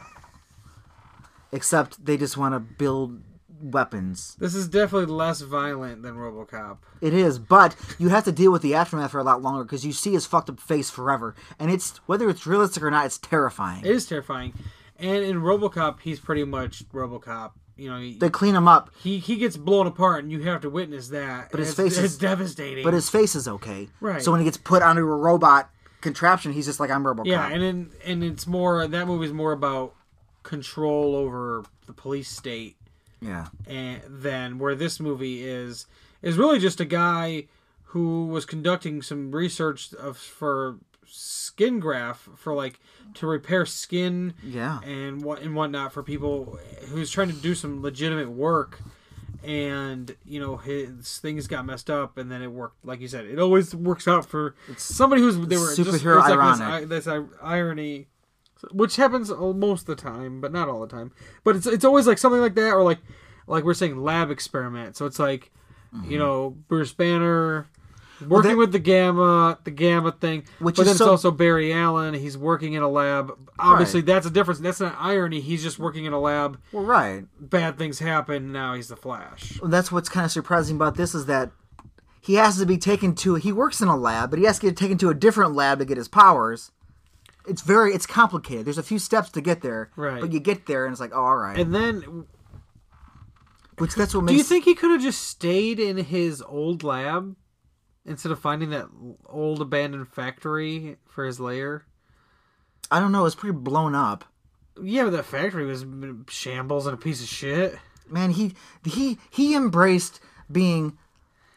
Speaker 2: Except they just want to build weapons.
Speaker 1: This is definitely less violent than RoboCop.
Speaker 2: It is, but you have to deal with the aftermath for a lot longer because you see his fucked up face forever, and it's whether it's realistic or not, it's terrifying.
Speaker 1: It is terrifying, and in RoboCop, he's pretty much RoboCop. You know, he,
Speaker 2: they clean him up,
Speaker 1: he he gets blown apart, and you have to witness that. But
Speaker 2: his face is-
Speaker 1: it's devastating.
Speaker 2: but his face is okay.
Speaker 1: Right.
Speaker 2: So when he gets put onto a robot contraption, he's just like, "I'm RoboCop."
Speaker 1: yeah, and in, and it's more that movie's more about control over the police state
Speaker 2: yeah.
Speaker 1: and than where this movie is is really just a guy who was conducting some research of for skin graft for like to repair skin
Speaker 2: Yeah.
Speaker 1: and what and whatnot for people who's trying to do some legitimate work and you know his things got messed up, and then it worked. Like you said, it always works out for somebody who's they were just,
Speaker 2: superhero
Speaker 1: it's like this
Speaker 2: ironic.
Speaker 1: i- This, i- irony, which happens al- most of the time, but not all the time. But it's it's always like something like that, or like like we're saying lab experiment. So it's like
Speaker 2: Mm-hmm.
Speaker 1: you know Bruce Banner. Working
Speaker 2: that-
Speaker 1: with the gamma, the gamma thing,
Speaker 2: Which
Speaker 1: but
Speaker 2: is
Speaker 1: then it's
Speaker 2: so-
Speaker 1: also Barry Allen. He's working in a lab. Obviously,
Speaker 2: Right.
Speaker 1: that's a difference. That's not irony. He's just working in a lab.
Speaker 2: Well, right.
Speaker 1: Bad things happen. Now he's the Flash.
Speaker 2: Well, that's what's kind of surprising about this is that he has to be taken to. He works in a lab, but he has to get taken to a different lab to get his powers. It's very it's complicated. There's a few steps to get there,
Speaker 1: Right.
Speaker 2: But you get there, and it's like, oh, all right.
Speaker 1: And then
Speaker 2: Which that's what
Speaker 1: Do
Speaker 2: makes
Speaker 1: you think he could have just stayed in his old lab instead of finding that old abandoned factory for his lair?
Speaker 2: I don't know. It's pretty blown up.
Speaker 1: Yeah, but that factory was shambles and a piece of shit.
Speaker 2: man he he he embraced being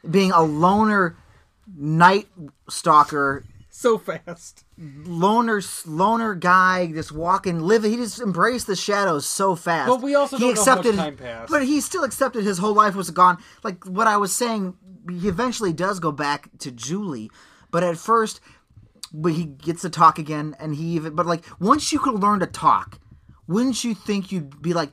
Speaker 2: being a loner night stalker
Speaker 1: So fast.
Speaker 2: loner loner guy just walking living he just embraced the shadows so fast
Speaker 1: But we also
Speaker 2: he
Speaker 1: don't know how much time passed.
Speaker 2: but he still accepted his whole life was gone like what i was saying he eventually does go back to julie but at first but he gets to talk again and he even but like once you could learn to talk wouldn't you think you'd be like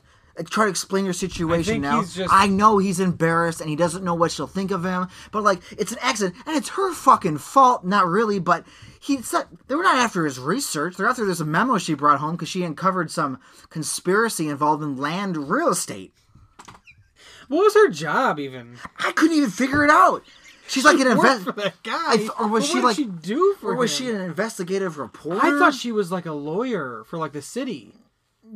Speaker 2: try to explain your situation
Speaker 1: think
Speaker 2: now
Speaker 1: he's just-
Speaker 2: i know he's embarrassed and he doesn't know what she'll think of him but like it's an accident and it's her fucking fault not really but he's not they were not after his research they're after this memo she brought home because she uncovered some conspiracy involved in land real estate
Speaker 1: What was her job even?
Speaker 2: i couldn't even figure it out she's like an
Speaker 1: Worked
Speaker 2: invest
Speaker 1: for that guy.
Speaker 2: I th- or was
Speaker 1: But
Speaker 2: she
Speaker 1: what
Speaker 2: like-
Speaker 1: did she do for
Speaker 2: or was
Speaker 1: him?
Speaker 2: she an investigative reporter
Speaker 1: I thought she was like a lawyer for like the city.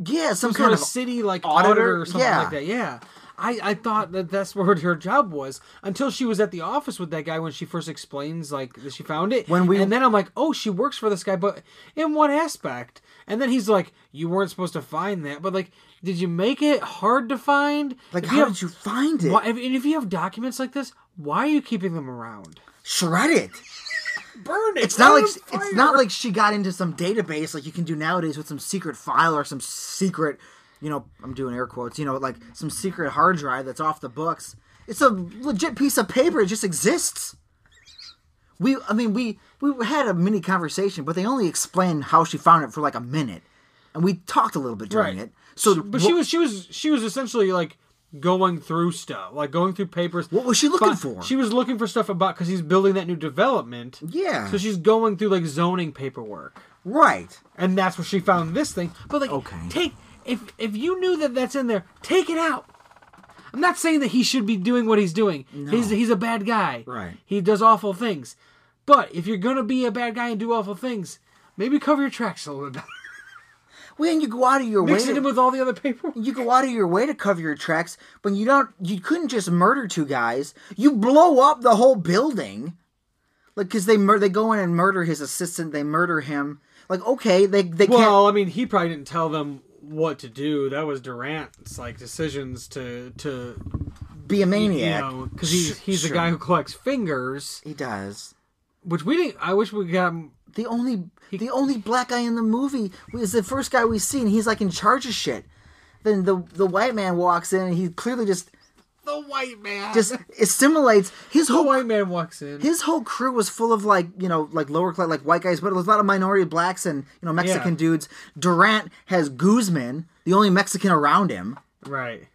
Speaker 2: yeah some
Speaker 1: some sort
Speaker 2: kind
Speaker 1: of
Speaker 2: of
Speaker 1: city like
Speaker 2: auditor?
Speaker 1: auditor, or something
Speaker 2: Yeah.
Speaker 1: like that. Yeah. I, I thought that that's where her job was until she was at the office with that guy when she first explains like that she found it
Speaker 2: When we-
Speaker 1: and then I'm like oh she works for this guy but in what aspect and then he's like you weren't supposed to find that but like did you make it hard to find
Speaker 2: like
Speaker 1: If
Speaker 2: how
Speaker 1: have-
Speaker 2: did you find it
Speaker 1: why, and if you have documents like this why are you keeping them around
Speaker 2: shred it
Speaker 1: burn it
Speaker 2: It's not like it's not like she got into some database like you can do nowadays with some secret file or some secret, you know, I'm doing air quotes, you know, like some secret hard drive that's off the books. It's a legit piece of paper. It just exists. We, I mean, we we had a mini conversation, but they only explained how she found it for like a minute, and we talked a little bit during
Speaker 1: Right.
Speaker 2: it. So,
Speaker 1: but she was she was she was essentially like going through stuff like going through papers
Speaker 2: what was she looking
Speaker 1: fi-
Speaker 2: for?
Speaker 1: She was looking for stuff about because he's building that new development.
Speaker 2: yeah,
Speaker 1: So she's going through like zoning paperwork,
Speaker 2: right.
Speaker 1: and that's where she found this thing. But like,
Speaker 2: Okay.
Speaker 1: take if if you knew that that's in there, take it out. I'm not saying that he should be doing what he's doing. He's he's a bad guy.
Speaker 2: Right.
Speaker 1: He does awful things. But if you're gonna be a bad guy and do awful things, maybe cover your tracks a little bit.
Speaker 2: Well, and you go out of your way.
Speaker 1: Mix it
Speaker 2: to-
Speaker 1: in with all the other paperwork.
Speaker 2: you go out of your way to cover your tracks when you don't you couldn't just murder two guys you blow up the whole building like because they mur- they go in and murder his assistant they murder him like okay they they
Speaker 1: Well, I mean, he probably didn't tell them what to do. That was Durant's like decisions to to
Speaker 2: can't be a maniac
Speaker 1: you know, because he's
Speaker 2: Sh-
Speaker 1: he's the
Speaker 2: sure.
Speaker 1: guy who collects fingers,
Speaker 2: he does
Speaker 1: which we didn't. I wish we got him.
Speaker 2: the only the only black guy in the movie is the first guy we see and he's like in charge of shit then the the white man walks in and he clearly just
Speaker 1: the white man.
Speaker 2: just assimilates his
Speaker 1: the
Speaker 2: whole
Speaker 1: white man walks in.
Speaker 2: his whole crew was full of like you know like lower class like white guys but it was a lot of minority blacks and you know mexican
Speaker 1: Yeah.
Speaker 2: dudes durant has guzman the only mexican around him
Speaker 1: right.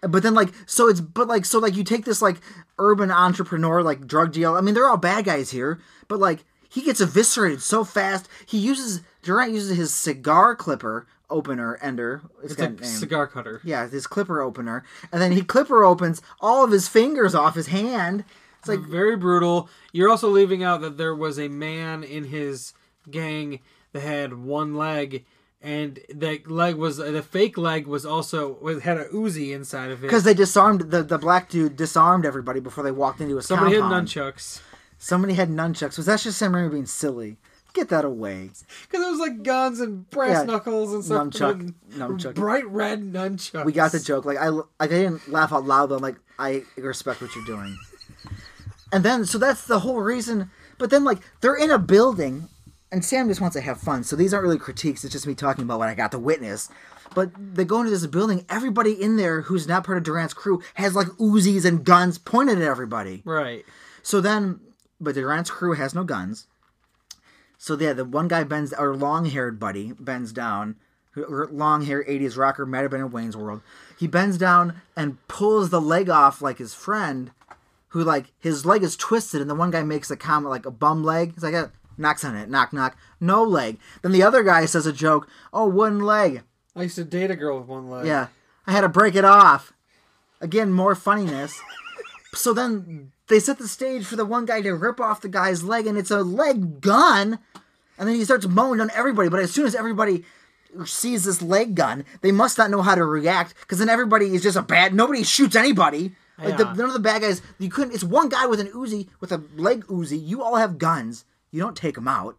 Speaker 2: but then like so it's but like so like you take this like urban entrepreneur like drug deal i mean they're all bad guys here but like he gets eviscerated so fast he uses durant uses his cigar clipper opener ender it's
Speaker 1: It's
Speaker 2: got a
Speaker 1: like
Speaker 2: name.
Speaker 1: cigar cutter.
Speaker 2: yeah his clipper opener and then he clipper opens all of his fingers off his hand it's like
Speaker 1: Very brutal. You're also leaving out that there was a man in his gang that had one leg, and that leg was the fake leg was also was, had a Uzi inside of it.
Speaker 2: Because they disarmed the, the black dude disarmed everybody before they walked into a
Speaker 1: somebody had
Speaker 2: compound.
Speaker 1: nunchucks.
Speaker 2: Somebody had nunchucks. Was that just Sam Raimi being silly? Get that away.
Speaker 1: Because it was like guns and brass
Speaker 2: Yeah,
Speaker 1: knuckles and stuff.
Speaker 2: nunchuck- nunchuck.
Speaker 1: Bright red nunchucks.
Speaker 2: We got the joke. Like I like I didn't laugh out loud. But I'm like I respect what you're doing. and then so that's the whole reason. But then like they're in a building, and Sam just wants to have fun. So these aren't really critiques. It's just me talking about what I got to witness. But they go into this building. Everybody in there who's not part of Durant's crew has like Uzis and guns pointed at everybody.
Speaker 1: Right.
Speaker 2: So then, but Durant's crew has no guns. So yeah, the one guy bends, our long-haired buddy bends down. who- or Long-haired '80s rocker might have been in Wayne's World. He bends down and pulls the leg off like his friend, who like his leg is twisted, and the one guy makes a comment like a bum leg. He's like, "Eh," knocks on it, knock knock, no leg. Then the other guy says a joke, oh one leg,
Speaker 1: I used to date a girl with one leg.
Speaker 2: yeah, I had to break it off. Again, more funniness. so then they set the stage for the one guy to rip off the guy's leg, and it's a leg gun. And then he starts mowing down everybody. But as soon as everybody sees this leg gun, they must not know how to react because then everybody is just a bad. Nobody shoots anybody. Like the,
Speaker 1: Yeah.
Speaker 2: none of the bad guys. You couldn't. It's one guy with an Uzi with a leg Uzi. You all have guns. You don't take them out.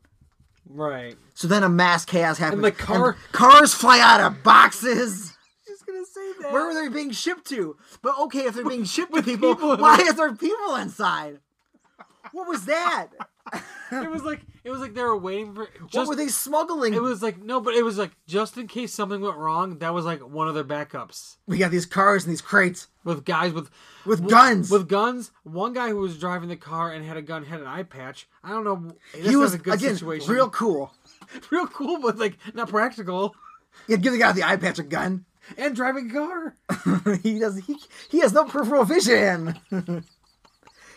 Speaker 1: Right.
Speaker 2: So then a mass chaos happens.
Speaker 1: the car-
Speaker 2: cars fly out of boxes.
Speaker 1: Just gonna say that.
Speaker 2: Where were they being shipped to? But okay, if they're being shipped to people, why is there people inside? What was that?
Speaker 1: It was like it was like they were waiting for. Just,
Speaker 2: what were they smuggling?
Speaker 1: It was like no, but it was like just in case something went wrong. That was like one of their backups
Speaker 2: we got these cars and these crates
Speaker 1: with guys with
Speaker 2: with guns.
Speaker 1: with guns. One guy who was driving the car and had a gun had an eye patch. I don't know. That's
Speaker 2: he
Speaker 1: not
Speaker 2: was
Speaker 1: a good
Speaker 2: again
Speaker 1: situation.
Speaker 2: real cool.
Speaker 1: real cool, but like not practical.
Speaker 2: He'd give the guy with the eye patch a gun.
Speaker 1: And driving a car.
Speaker 2: he does. He, he has no peripheral vision.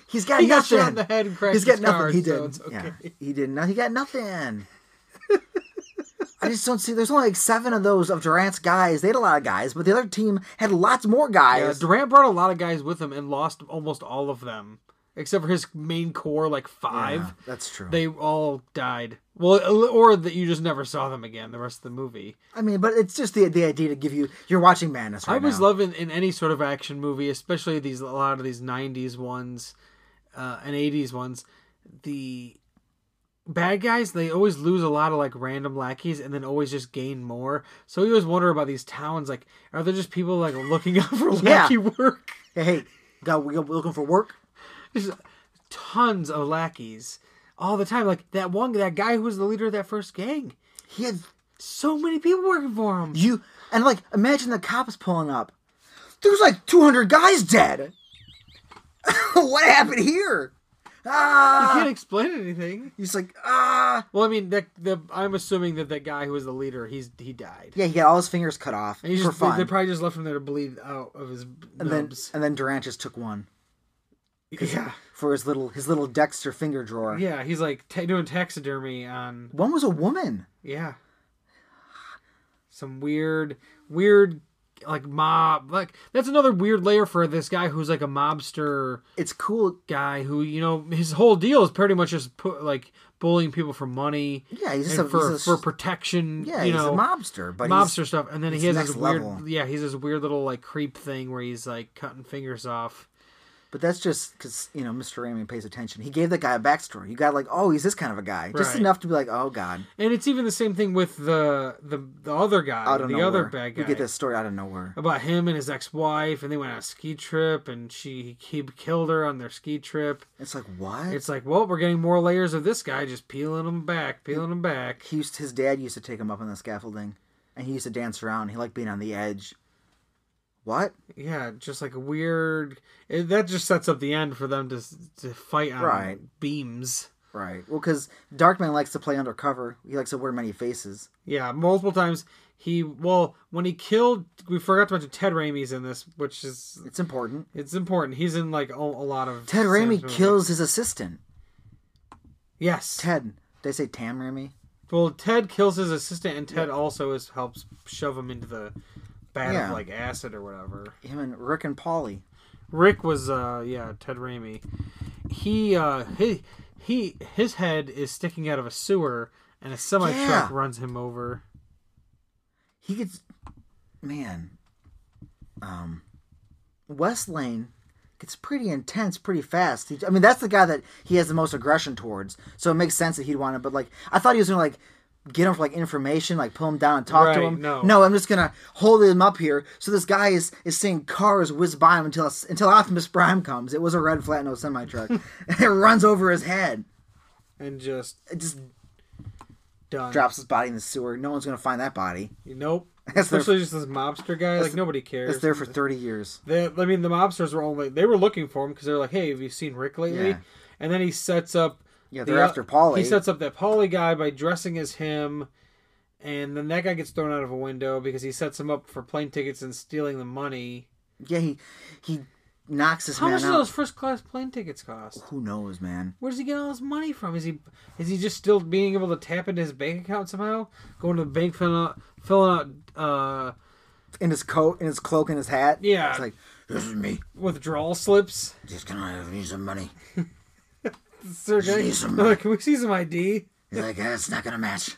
Speaker 2: He's got
Speaker 1: He got
Speaker 2: nothing.
Speaker 1: shot in the head and cracked
Speaker 2: He's got
Speaker 1: his
Speaker 2: nothing.
Speaker 1: card,
Speaker 2: he
Speaker 1: so
Speaker 2: did.
Speaker 1: it's okay.
Speaker 2: Yeah, he did not. He got nothing. I just don't see. There's only like seven of those of Durant's guys. They had a lot of guys, but the other team had lots more
Speaker 1: Yeah,
Speaker 2: guys.
Speaker 1: Uh, Durant brought a lot of guys with him and lost almost all of them, except for his main core, like five.
Speaker 2: Yeah, that's true.
Speaker 1: They all died. Well, or that you just never saw them again the rest of the movie.
Speaker 2: I mean, but it's just the the idea to give you. You're watching madness right
Speaker 1: I was
Speaker 2: now.
Speaker 1: loving in any sort of action movie, especially these a lot of these '90s ones uh, and '80s ones. The bad guys they always lose a lot of like random lackeys and then always just gain more. So you always wonder about these towns. Like, are there just people like looking out for
Speaker 2: Yeah.
Speaker 1: lackey work?
Speaker 2: Hey, hey, got we got- we're looking for work.
Speaker 1: There's tons of lackeys all the time. Like that one, that guy who was the leader of that first gang.
Speaker 2: He had
Speaker 1: So many people working for him.
Speaker 2: you and like imagine the cops pulling up. There's like 200 guys dead. what happened here?
Speaker 1: I
Speaker 2: Ah,
Speaker 1: can't explain anything.
Speaker 2: he's like ah.
Speaker 1: Well, I mean, that the I'm assuming that that guy who was the leader, he's he died.
Speaker 2: Yeah, he got all his fingers cut off
Speaker 1: And he's
Speaker 2: for
Speaker 1: just,
Speaker 2: fun.
Speaker 1: They probably just left him there to bleed out of his
Speaker 2: and then
Speaker 1: nubs.
Speaker 2: and then Durant just took one
Speaker 1: yeah,
Speaker 2: for his little his little Dexter finger drawer.
Speaker 1: yeah. He's like ta doing taxidermy on
Speaker 2: One was a woman.
Speaker 1: yeah, some weird, weird like mob. Like that's another weird layer for this guy who's like a mobster
Speaker 2: It's cool.
Speaker 1: guy who you know his whole deal is pretty much just put like bullying people for money.
Speaker 2: Yeah, he's just
Speaker 1: and
Speaker 2: a,
Speaker 1: for
Speaker 2: he's a
Speaker 1: for protection.
Speaker 2: yeah,
Speaker 1: you
Speaker 2: he's
Speaker 1: know,
Speaker 2: a mobster, but
Speaker 1: mobster
Speaker 2: he's,
Speaker 1: stuff, and then he
Speaker 2: he's
Speaker 1: has this
Speaker 2: next
Speaker 1: weird,
Speaker 2: level.
Speaker 1: yeah, he's this weird little like creep thing where he's like cutting fingers off.
Speaker 2: but that's just because you know Mr. Raymond pays attention. He gave that guy a backstory. You got like, oh, he's this kind of a guy, just
Speaker 1: Right.
Speaker 2: enough to be like, oh god,
Speaker 1: And it's even the same thing with the the, the other guy,
Speaker 2: out
Speaker 1: the
Speaker 2: of nowhere.
Speaker 1: other bad guy,
Speaker 2: We get this story out of nowhere.
Speaker 1: about him and his ex wife, and they went on a ski trip, and she he killed her on their ski trip.
Speaker 2: It's like what?
Speaker 1: It's like, well, we're getting more layers of this guy, just peeling them back, peeling them back.
Speaker 2: he used his dad used to take him up on the scaffolding, and he used to dance around. He liked being on the edge. What?
Speaker 1: Yeah, just like a weird. It, that just sets up the end for them to s- to fight on
Speaker 2: Right.
Speaker 1: beams.
Speaker 2: Right. Well, because Darkman likes to play undercover. He likes to wear many faces.
Speaker 1: Yeah, multiple times. He well, when he killed, we forgot to mention Ted Raimi's in this, which is
Speaker 2: It's important.
Speaker 1: it's important. He's in like a, a lot of
Speaker 2: Ted
Speaker 1: Sam's
Speaker 2: Raimi
Speaker 1: movies.
Speaker 2: kills his assistant.
Speaker 1: Yes,
Speaker 2: Ted. Did I say Tam Raimi?
Speaker 1: well, Ted kills his assistant, and Ted also is helps shove him into the bath
Speaker 2: Yeah.
Speaker 1: of like acid or whatever.
Speaker 2: Him and Rick and Polly.
Speaker 1: Rick was uh yeah Ted Raimi. He uh he he his head is sticking out of a sewer, and a semi
Speaker 2: Yeah.
Speaker 1: truck runs him over.
Speaker 2: He gets. Man. Um. West Lane gets pretty intense pretty fast. He, I mean, that's the guy that he has the most aggression towards. So it makes sense that he'd want to. But, like, I thought he was going to, like, get him for, like, information, like, pull him down and talk to
Speaker 1: Right,
Speaker 2: him.
Speaker 1: no.
Speaker 2: No, I'm just going to hold him up here. So this guy is, is seeing cars whiz by him until, until Optimus Prime comes. It was a red flat no semi truck. it runs over his head.
Speaker 1: And just
Speaker 2: It just
Speaker 1: Done.
Speaker 2: drops his body in the sewer. No one's gonna find that body.
Speaker 1: Nope.
Speaker 2: That's their-
Speaker 1: Especially just this mobster guy. Like nobody cares.
Speaker 2: It's there for thirty years.
Speaker 1: They, I mean, the mobsters were only they were looking for him because they're like, "Hey, have you seen Rick lately?"
Speaker 2: Yeah.
Speaker 1: And then he sets up.
Speaker 2: Yeah, they're after Paulie.
Speaker 1: He sets up that Polly guy by dressing as him, and then that guy gets thrown out of a window because he sets him up for plane tickets and stealing the money.
Speaker 2: Yeah, he he knocks this
Speaker 1: How
Speaker 2: man
Speaker 1: much do
Speaker 2: out.
Speaker 1: those first class plane tickets cost?
Speaker 2: Who knows, man?
Speaker 1: Where does he get all his money from? Is he is he just still being able to tap into his bank account somehow? Going to the bank, filling out, filling out uh,
Speaker 2: In his coat, in his cloak, and his hat.
Speaker 1: Yeah.
Speaker 2: it's like this is me.
Speaker 1: withdrawal slips.
Speaker 2: Just gonna I need some money.
Speaker 1: Sir, can,
Speaker 2: Need some
Speaker 1: I- can we see some ID?
Speaker 2: He's like, "Yeah, it's not gonna match.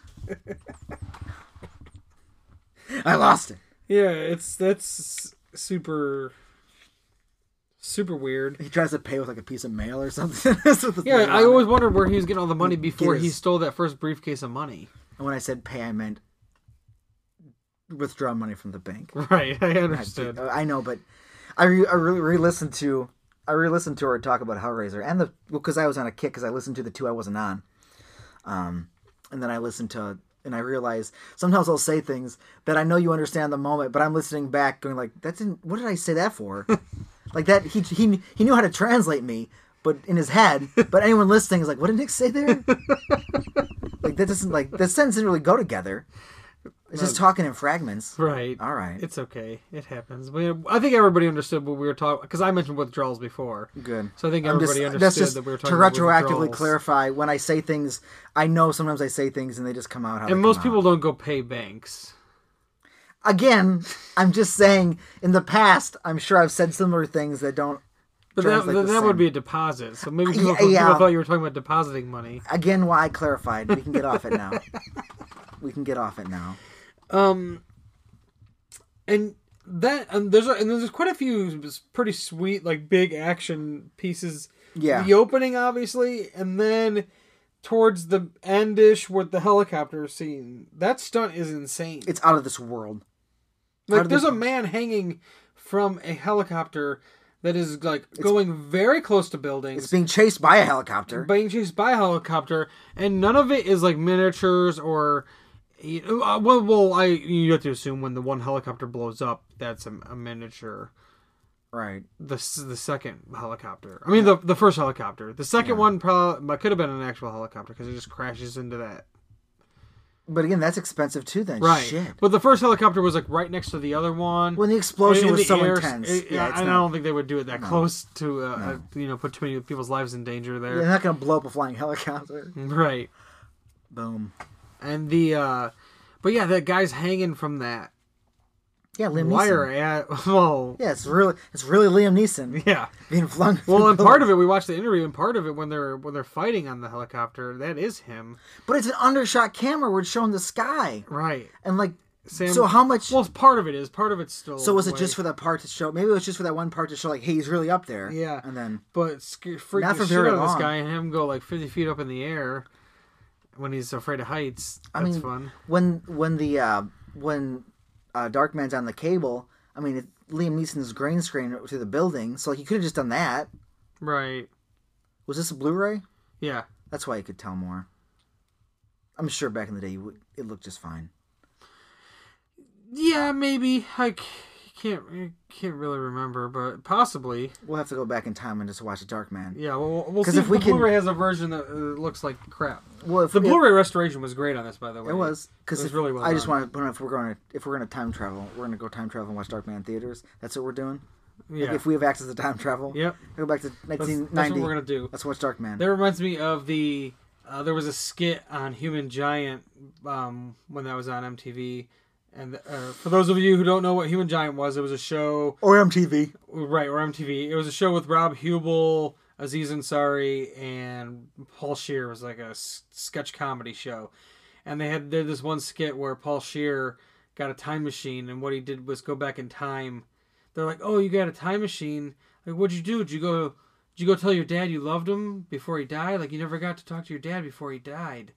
Speaker 2: I lost it.
Speaker 1: Yeah, it's that's super super weird.
Speaker 2: He tries to pay with like a piece of mail or something. That's what the
Speaker 1: Yeah,
Speaker 2: thing
Speaker 1: I
Speaker 2: on
Speaker 1: always wondered where he was getting all the money before he
Speaker 2: his-
Speaker 1: stole that first briefcase of money.
Speaker 2: it. And when I said pay, I meant withdraw money from the bank.
Speaker 1: Right, I understood.
Speaker 2: I know, but I re- I re- re-listened to I re-listened to her talk about Hellraiser and the because I was on a kick because I listened to the two I wasn't on, um, and then I listened to and I realized sometimes I'll say things that I know you understand the moment, but I'm listening back going like that didn't what did I say that for? like that he he he knew how to translate me. But in his head, but anyone listening is like, "What did Nick say there?" like that doesn't like that sentence didn't really go together. It's just talking in fragments.
Speaker 1: Right.
Speaker 2: All right.
Speaker 1: It's okay. It happens. We, I think everybody understood what we were talking because I mentioned withdrawals before.
Speaker 2: Good.
Speaker 1: So I think
Speaker 2: I'm
Speaker 1: everybody
Speaker 2: just,
Speaker 1: understood
Speaker 2: that's just
Speaker 1: that we were
Speaker 2: to
Speaker 1: talking about
Speaker 2: retroactively
Speaker 1: withdrawals.
Speaker 2: clarify when I say things. I know sometimes I say things and they just come out. How
Speaker 1: And most people don't go pay banks.
Speaker 2: again, I'm just saying. In the past, I'm sure I've said similar things that don't.
Speaker 1: But that,
Speaker 2: translate
Speaker 1: that,
Speaker 2: the
Speaker 1: that would
Speaker 2: same.
Speaker 1: be a deposit. So maybe people,
Speaker 2: yeah,
Speaker 1: people
Speaker 2: yeah.
Speaker 1: thought you were talking about depositing money.
Speaker 2: Again, why I clarified. We can get off it now. we can get off it now.
Speaker 1: Um, and that and there's a, and there's quite a few s- pretty sweet like big action pieces.
Speaker 2: Yeah.
Speaker 1: The opening, obviously, and then towards the endish with the helicopter scene. That stunt is insane.
Speaker 2: It's out of this world.
Speaker 1: like
Speaker 2: did
Speaker 1: there's
Speaker 2: they-
Speaker 1: a man hanging from a helicopter that is like going very close to buildings.
Speaker 2: It's being chased by a helicopter.
Speaker 1: being chased by a helicopter, and none of it is like miniatures or. you know, uh, Well, well, I you have to assume when the one helicopter blows up, that's a, a miniature.
Speaker 2: right.
Speaker 1: the s- the second helicopter. I mean the the first helicopter. The second one probably could have been an actual helicopter because it just crashes into that.
Speaker 2: But again, that's expensive too. Then
Speaker 1: Right.
Speaker 2: shit.
Speaker 1: But the first helicopter was like right next to the other one.
Speaker 2: When the explosion
Speaker 1: And in
Speaker 2: was
Speaker 1: the
Speaker 2: so
Speaker 1: air-
Speaker 2: intense,
Speaker 1: it-
Speaker 2: yeah, it's
Speaker 1: and I
Speaker 2: not,
Speaker 1: don't think they would do it that close to uh, uh, you know put too many people's lives in danger
Speaker 2: they're
Speaker 1: there.
Speaker 2: not going to blow up a flying helicopter.
Speaker 1: Mm. Right.
Speaker 2: Boom.
Speaker 1: And the uh but yeah, that guy's hanging from that
Speaker 2: Yeah, Liam
Speaker 1: wire
Speaker 2: Neeson.
Speaker 1: at well
Speaker 2: Yeah, it's really it's really Liam Neeson.
Speaker 1: yeah.
Speaker 2: being flung.
Speaker 1: Well, and part of it we watched the interview, and part of it when they're when they're fighting on the helicopter, that is him,
Speaker 2: but it's an undershot camera where it's showing the sky
Speaker 1: right?
Speaker 2: and like.
Speaker 1: Sam-
Speaker 2: so how much?
Speaker 1: Well, part of it is. Part of it's still.
Speaker 2: so was it
Speaker 1: way-
Speaker 2: just for that part to show? Maybe it was just for that one part to show, like, hey, he's really up there.
Speaker 1: Yeah.
Speaker 2: And then
Speaker 1: But sc- freak
Speaker 2: Not
Speaker 1: the
Speaker 2: for
Speaker 1: shit
Speaker 2: very
Speaker 1: out of this
Speaker 2: long.
Speaker 1: guy and have him go like fifty feet up in the air when he's afraid of heights.
Speaker 2: I
Speaker 1: That's
Speaker 2: mean,
Speaker 1: fun.
Speaker 2: when when the uh, when uh, Darkman's on the cable, I mean, it, Liam Neeson's green screen to the building, so like you could have just done that.
Speaker 1: Right.
Speaker 2: Was this a Blu-ray?
Speaker 1: Yeah.
Speaker 2: That's why you could tell more. I'm sure back in the day, you would, it looked just fine.
Speaker 1: Yeah. Maybe I c- can't. I can't really remember, but possibly.
Speaker 2: We'll have to go back in time and just watch Darkman.
Speaker 1: Yeah. Well, we'll- we'll
Speaker 2: 'Cause
Speaker 1: see
Speaker 2: if
Speaker 1: if,
Speaker 2: we
Speaker 1: the
Speaker 2: can-
Speaker 1: Blu-ray has a version that uh, looks like crap.
Speaker 2: Well, if
Speaker 1: The
Speaker 2: it-
Speaker 1: Blu-ray restoration was great on this, by the way.
Speaker 2: It was because
Speaker 1: It was really well
Speaker 2: I just
Speaker 1: done.
Speaker 2: want to. But if we're going to, if we're going to time travel, we're going to go time travel and watch Darkman in theaters. That's what we're doing.
Speaker 1: Yeah.
Speaker 2: If we have access to time travel,
Speaker 1: Yep.
Speaker 2: Go back to
Speaker 1: that's,
Speaker 2: 1990.
Speaker 1: that's what we're gonna do.
Speaker 2: Let's watch Darkman.
Speaker 1: That reminds me of the. Uh, there was a skit on Human Giant um, when that was on MTV, and uh, for those of you who don't know what Human Giant was, it was a show
Speaker 2: or MTV.
Speaker 1: right or MTV. It was a show with Rob Hubel, Aziz Ansari, and Paul Shear. It was like a s- sketch comedy show, and they had did this one skit where Paul Shear got a time machine, and what he did was go back in time. They're like, "Oh, you got a time machine? Like, what'd you do? Did you go? Did you go tell your dad you loved him before he died? Like, you never got to talk to your dad before he died.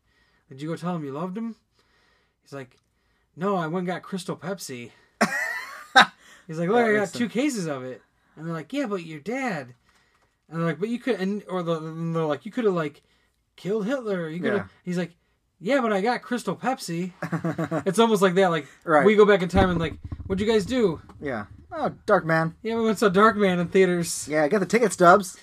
Speaker 1: Did you go tell him you loved him?" He's like, "No, I went and got Crystal Pepsi." He's like, "Look, I got two cases of it." And they're like, "Yeah, but your dad." And they're like, "But you could," and or the, and they're like, "You could have like killed Hitler." You could.
Speaker 2: Yeah.
Speaker 1: have He's like, yeah, but I got Crystal Pepsi. it's almost like that. Like
Speaker 2: Right.
Speaker 1: we go back in time and like, what'd you guys do?
Speaker 2: Yeah. Oh, Dark Man.
Speaker 1: Yeah, we went to Darkman in theaters.
Speaker 2: Yeah, I got the ticket stubs.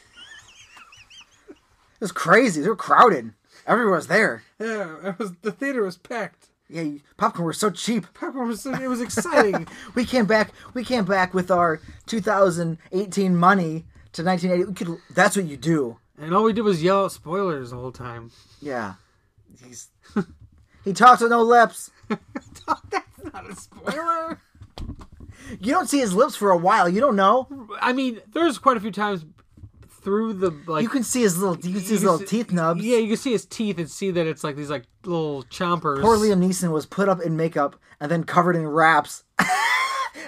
Speaker 2: it was crazy. They were crowded. Everyone was there.
Speaker 1: Yeah, it was the theater was packed.
Speaker 2: Yeah, you- popcorn was so cheap.
Speaker 1: Popcorn was so- it was exciting.
Speaker 2: we came back. We came back with our 2018 money to 1980. We could. That's what you do.
Speaker 1: and all we did was yell out spoilers the whole time.
Speaker 2: Yeah. He's, he talks with no lips.
Speaker 1: That's not a spoiler.
Speaker 2: You don't see his lips for a while. You don't know.
Speaker 1: I mean, there's quite a few times through the like
Speaker 2: You can see his little. You can see his
Speaker 1: you
Speaker 2: little
Speaker 1: see-
Speaker 2: teeth nubs.
Speaker 1: Yeah, you can see his teeth and see that it's like these like little chompers.
Speaker 2: Poor Liam Neeson was put up in makeup and then covered in wraps.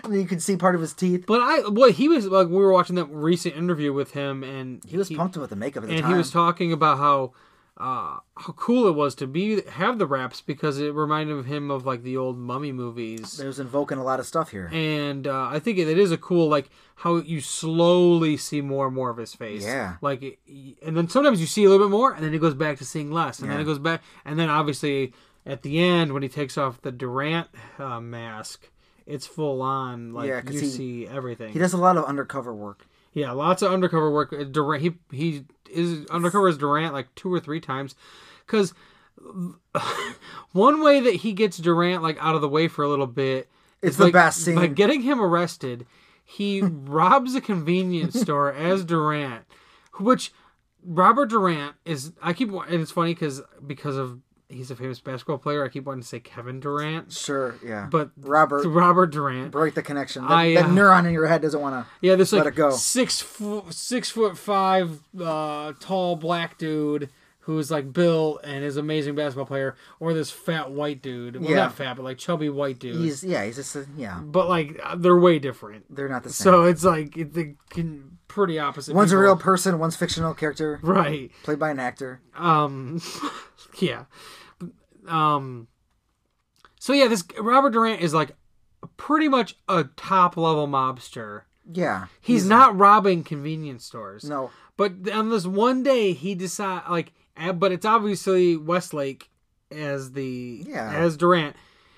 Speaker 2: and you could see part of his teeth.
Speaker 1: But I, well, he was like we were watching that recent interview with him, and
Speaker 2: He was pumped with the makeup at the
Speaker 1: and
Speaker 2: time.
Speaker 1: he was talking about how uh, how cool it was to be have the raps because it reminded him of like the old mummy movies.
Speaker 2: it was invoking a lot of stuff here.
Speaker 1: And uh, I think it, it is a cool like how you slowly see more and more of his face.
Speaker 2: Yeah.
Speaker 1: Like, it- and then sometimes you see a little bit more, and then it goes back to seeing less, and then
Speaker 2: Yeah.
Speaker 1: it goes back, and then obviously at the end when he takes off the Durant uh, mask, it's full on. Like
Speaker 2: Yeah,
Speaker 1: you
Speaker 2: 'cause he-
Speaker 1: see everything.
Speaker 2: He does a lot of undercover work.
Speaker 1: Yeah, lots of undercover work. Uh, Durant, he he is undercover as Durant like two or three times, because one way that he gets Durant like out of the way for a little bit.
Speaker 2: It's
Speaker 1: is,
Speaker 2: the
Speaker 1: like,
Speaker 2: best scene.
Speaker 1: By getting him arrested, he robs a convenience store as Durant, which Robert Durant is. I keep wa- and it's funny because because of he's a famous basketball player. I keep wanting to say Kevin Durant,
Speaker 2: Sure, yeah.
Speaker 1: but
Speaker 2: Robert,
Speaker 1: Robert Durant.
Speaker 2: break the connection. That,
Speaker 1: I,
Speaker 2: that
Speaker 1: uh,
Speaker 2: neuron in your head doesn't want to.
Speaker 1: Yeah, this
Speaker 2: Let
Speaker 1: like
Speaker 2: it go.
Speaker 1: six foot six foot five uh, tall black dude who's like Bill and is an amazing basketball player, or this fat white dude. Well,
Speaker 2: Yeah.
Speaker 1: not fat, but like chubby white dude.
Speaker 2: He's yeah. He's just a, yeah.
Speaker 1: but like uh, they're way different.
Speaker 2: They're not the same.
Speaker 1: So it's like it, they can pretty opposite.
Speaker 2: one's a
Speaker 1: people.
Speaker 2: real person. One's fictional character
Speaker 1: right.
Speaker 2: played by an actor.
Speaker 1: Um, yeah. Um. So yeah, this Robert Durant is like pretty much a top level mobster.
Speaker 2: Yeah.
Speaker 1: He's, not robbing convenience stores.
Speaker 2: No.
Speaker 1: But on this one day, he decide like, eh, but it's obviously Westlake as the
Speaker 2: Yeah.
Speaker 1: as Durant.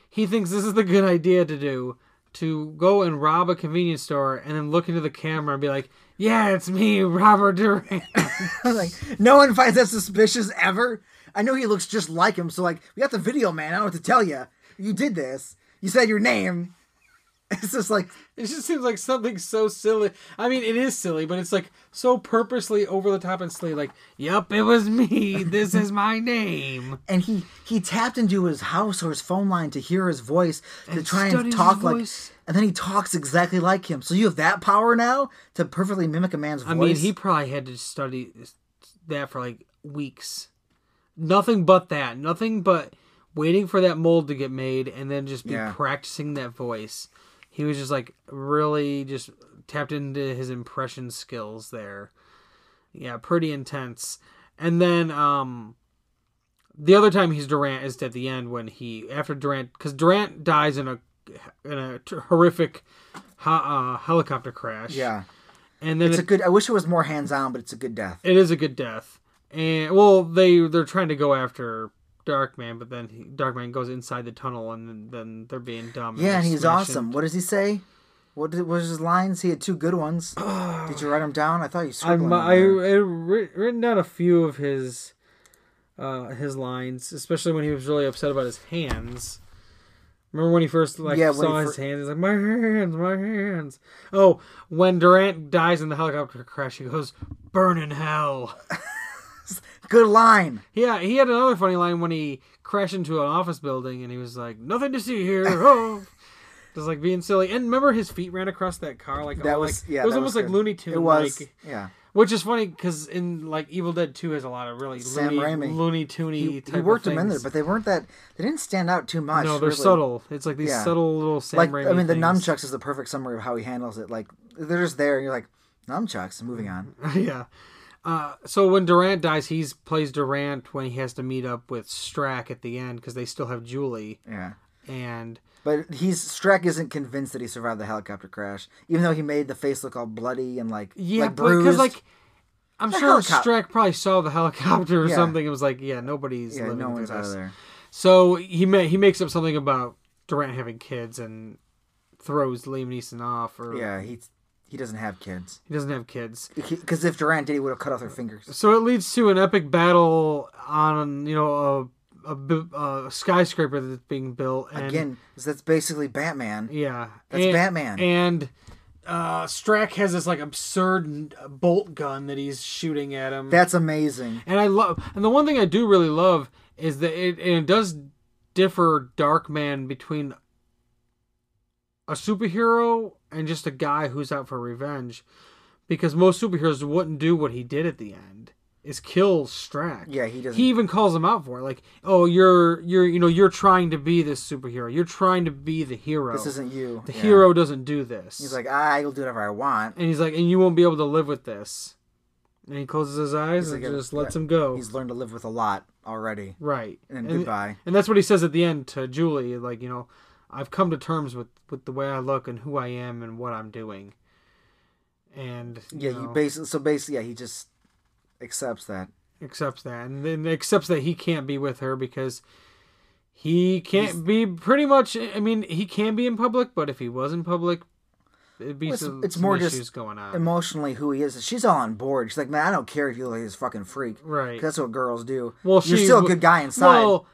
Speaker 1: He thinks this is the good idea to do to go and rob a convenience store and then look into the camera and be like, "Yeah, it's me, Robert Durant."
Speaker 2: like no one finds that suspicious ever. I know he looks just like him. So like we got the video, man. I don't know what to tell you. You did this. You said your name. It's just like
Speaker 1: it just seems like something so silly. I mean, it is silly, but it's like so purposely over the top and silly. Like, "Yep, it was me. This is my name."
Speaker 2: and he he tapped into his house or his phone line to hear his voice to try and
Speaker 1: studies
Speaker 2: talk
Speaker 1: his
Speaker 2: like
Speaker 1: voice.
Speaker 2: and then he talks exactly like him so you have that power now to perfectly mimic a man's voice
Speaker 1: I mean, he probably had to study this- that for like weeks. Nothing but that. Nothing but waiting for that mold to get made and then just be
Speaker 2: Yeah.
Speaker 1: practicing that voice. He was just like really just tapped into his impression skills there. Yeah, pretty intense. And then um the other time he's Durant is at the end when he after Durant cuz Durant dies in a in a horrific ho- uh, helicopter crash.
Speaker 2: yeah
Speaker 1: And then
Speaker 2: it's
Speaker 1: it-
Speaker 2: a good i wish it was more hands-on but it's a good death
Speaker 1: it is a good death. And well, they they're trying to go after Darkman, but then he, Darkman goes inside the tunnel, and then, then they're being dumb.
Speaker 2: yeah and
Speaker 1: they're
Speaker 2: he's
Speaker 1: smashing-
Speaker 2: awesome what does he say what, did, what was his lines he had two good ones did you write them down i thought you scribbled
Speaker 1: I'm,
Speaker 2: them
Speaker 1: I, I
Speaker 2: there.
Speaker 1: writ- written down a few of his uh, his lines, especially when he was really upset about his hands. Remember when he first like
Speaker 2: Yeah, when
Speaker 1: saw
Speaker 2: he
Speaker 1: his
Speaker 2: fir-
Speaker 1: hands? He's like, "My hands, my hands." Oh, when Durant dies in the helicopter crash, he goes, "Burn in hell."
Speaker 2: good line
Speaker 1: Yeah, he had another funny line when he crashed into an office building and he was like, "Nothing to see here." Oh. Just like being silly, and remember his feet ran across that car like
Speaker 2: that
Speaker 1: all,
Speaker 2: was
Speaker 1: like,
Speaker 2: yeah
Speaker 1: it was
Speaker 2: that
Speaker 1: almost like
Speaker 2: good.
Speaker 1: Looney Tunes.
Speaker 2: it was
Speaker 1: like,
Speaker 2: yeah
Speaker 1: which is funny because in like Evil Dead Two has a lot of really
Speaker 2: Sam
Speaker 1: Looney,
Speaker 2: Raimi.
Speaker 1: Looney Toony
Speaker 2: he,
Speaker 1: type
Speaker 2: he worked
Speaker 1: of
Speaker 2: them in there
Speaker 1: things.
Speaker 2: but they weren't that they didn't stand out too much
Speaker 1: no, they're
Speaker 2: really.
Speaker 1: subtle. It's like these
Speaker 2: Yeah.
Speaker 1: subtle little Sam
Speaker 2: like
Speaker 1: Raimi.
Speaker 2: I mean, the
Speaker 1: things.
Speaker 2: nunchucks is the perfect summary of how he handles it. Like they're just there, and you're like nunchucks. and Moving on.
Speaker 1: yeah. Uh, so when Durant dies, he's plays Durant when he has to meet up with Strack at the end because they still have Julie
Speaker 2: Yeah,
Speaker 1: and
Speaker 2: but he's Strack isn't convinced that he survived the helicopter crash, even though he made the face look all bloody and like
Speaker 1: Yeah,
Speaker 2: like
Speaker 1: but because
Speaker 2: bruised.
Speaker 1: like I'm
Speaker 2: The
Speaker 1: sure
Speaker 2: helicop-
Speaker 1: Strack probably saw the helicopter or
Speaker 2: Yeah.
Speaker 1: something and was like, "Yeah, nobody's
Speaker 2: yeah,
Speaker 1: living
Speaker 2: no
Speaker 1: through
Speaker 2: one's out of
Speaker 1: this."
Speaker 2: there.
Speaker 1: So he ma- he makes up something about Durant having kids and throws Liam Neeson off, or
Speaker 2: Yeah, he he doesn't have kids.
Speaker 1: he doesn't have kids.
Speaker 2: Because if Durant did, he would have cut off their fingers.
Speaker 1: So it leads to an epic battle on you know a, a bu- a skyscraper that's being built and,
Speaker 2: Again, 'cause that's basically Batman.
Speaker 1: Yeah,
Speaker 2: That's
Speaker 1: and,
Speaker 2: Batman.
Speaker 1: And uh, Strack has this like absurd bolt gun that he's shooting at him.
Speaker 2: That's amazing.
Speaker 1: And I love, and the one thing I do really love is that it, and it does differ Darkman between a superhero and just a guy who's out for revenge, because most superheroes wouldn't do what he did at the end, is kill Strack.
Speaker 2: Yeah, he doesn't.
Speaker 1: He even calls him out for it, like, "Oh, you're you're you know you're trying to be this superhero. You're trying to be the hero.
Speaker 2: this isn't you.
Speaker 1: the
Speaker 2: Yeah.
Speaker 1: hero doesn't do this."
Speaker 2: He's like, I will do whatever I want.
Speaker 1: and he's like, "And you won't be able to live with this." And he closes his eyes
Speaker 2: He's
Speaker 1: and
Speaker 2: like,
Speaker 1: just
Speaker 2: yeah,
Speaker 1: lets him go.
Speaker 2: He's learned to live with a lot already.
Speaker 1: Right.
Speaker 2: And then goodbye.
Speaker 1: And that's what he says at the end to Julie, like, you know, I've come to terms with with the way I look and who I am and what I'm doing. And
Speaker 2: Yeah,
Speaker 1: you
Speaker 2: you
Speaker 1: know,
Speaker 2: basically. So basically, yeah, he just accepts that.
Speaker 1: accepts that and then accepts that he can't be with her because he can't be pretty much I mean, he can be in public, but if he was in public it'd be
Speaker 2: Well, it's-
Speaker 1: some,
Speaker 2: it's
Speaker 1: some
Speaker 2: more
Speaker 1: issues
Speaker 2: just
Speaker 1: going on.
Speaker 2: Emotionally, who he is, she's all on board. She's like, man, I don't care if you look like this fucking freak. 'Cause
Speaker 1: right.
Speaker 2: That's what girls do.
Speaker 1: Well, she
Speaker 2: you're still a
Speaker 1: w-
Speaker 2: good guy inside.
Speaker 1: Well,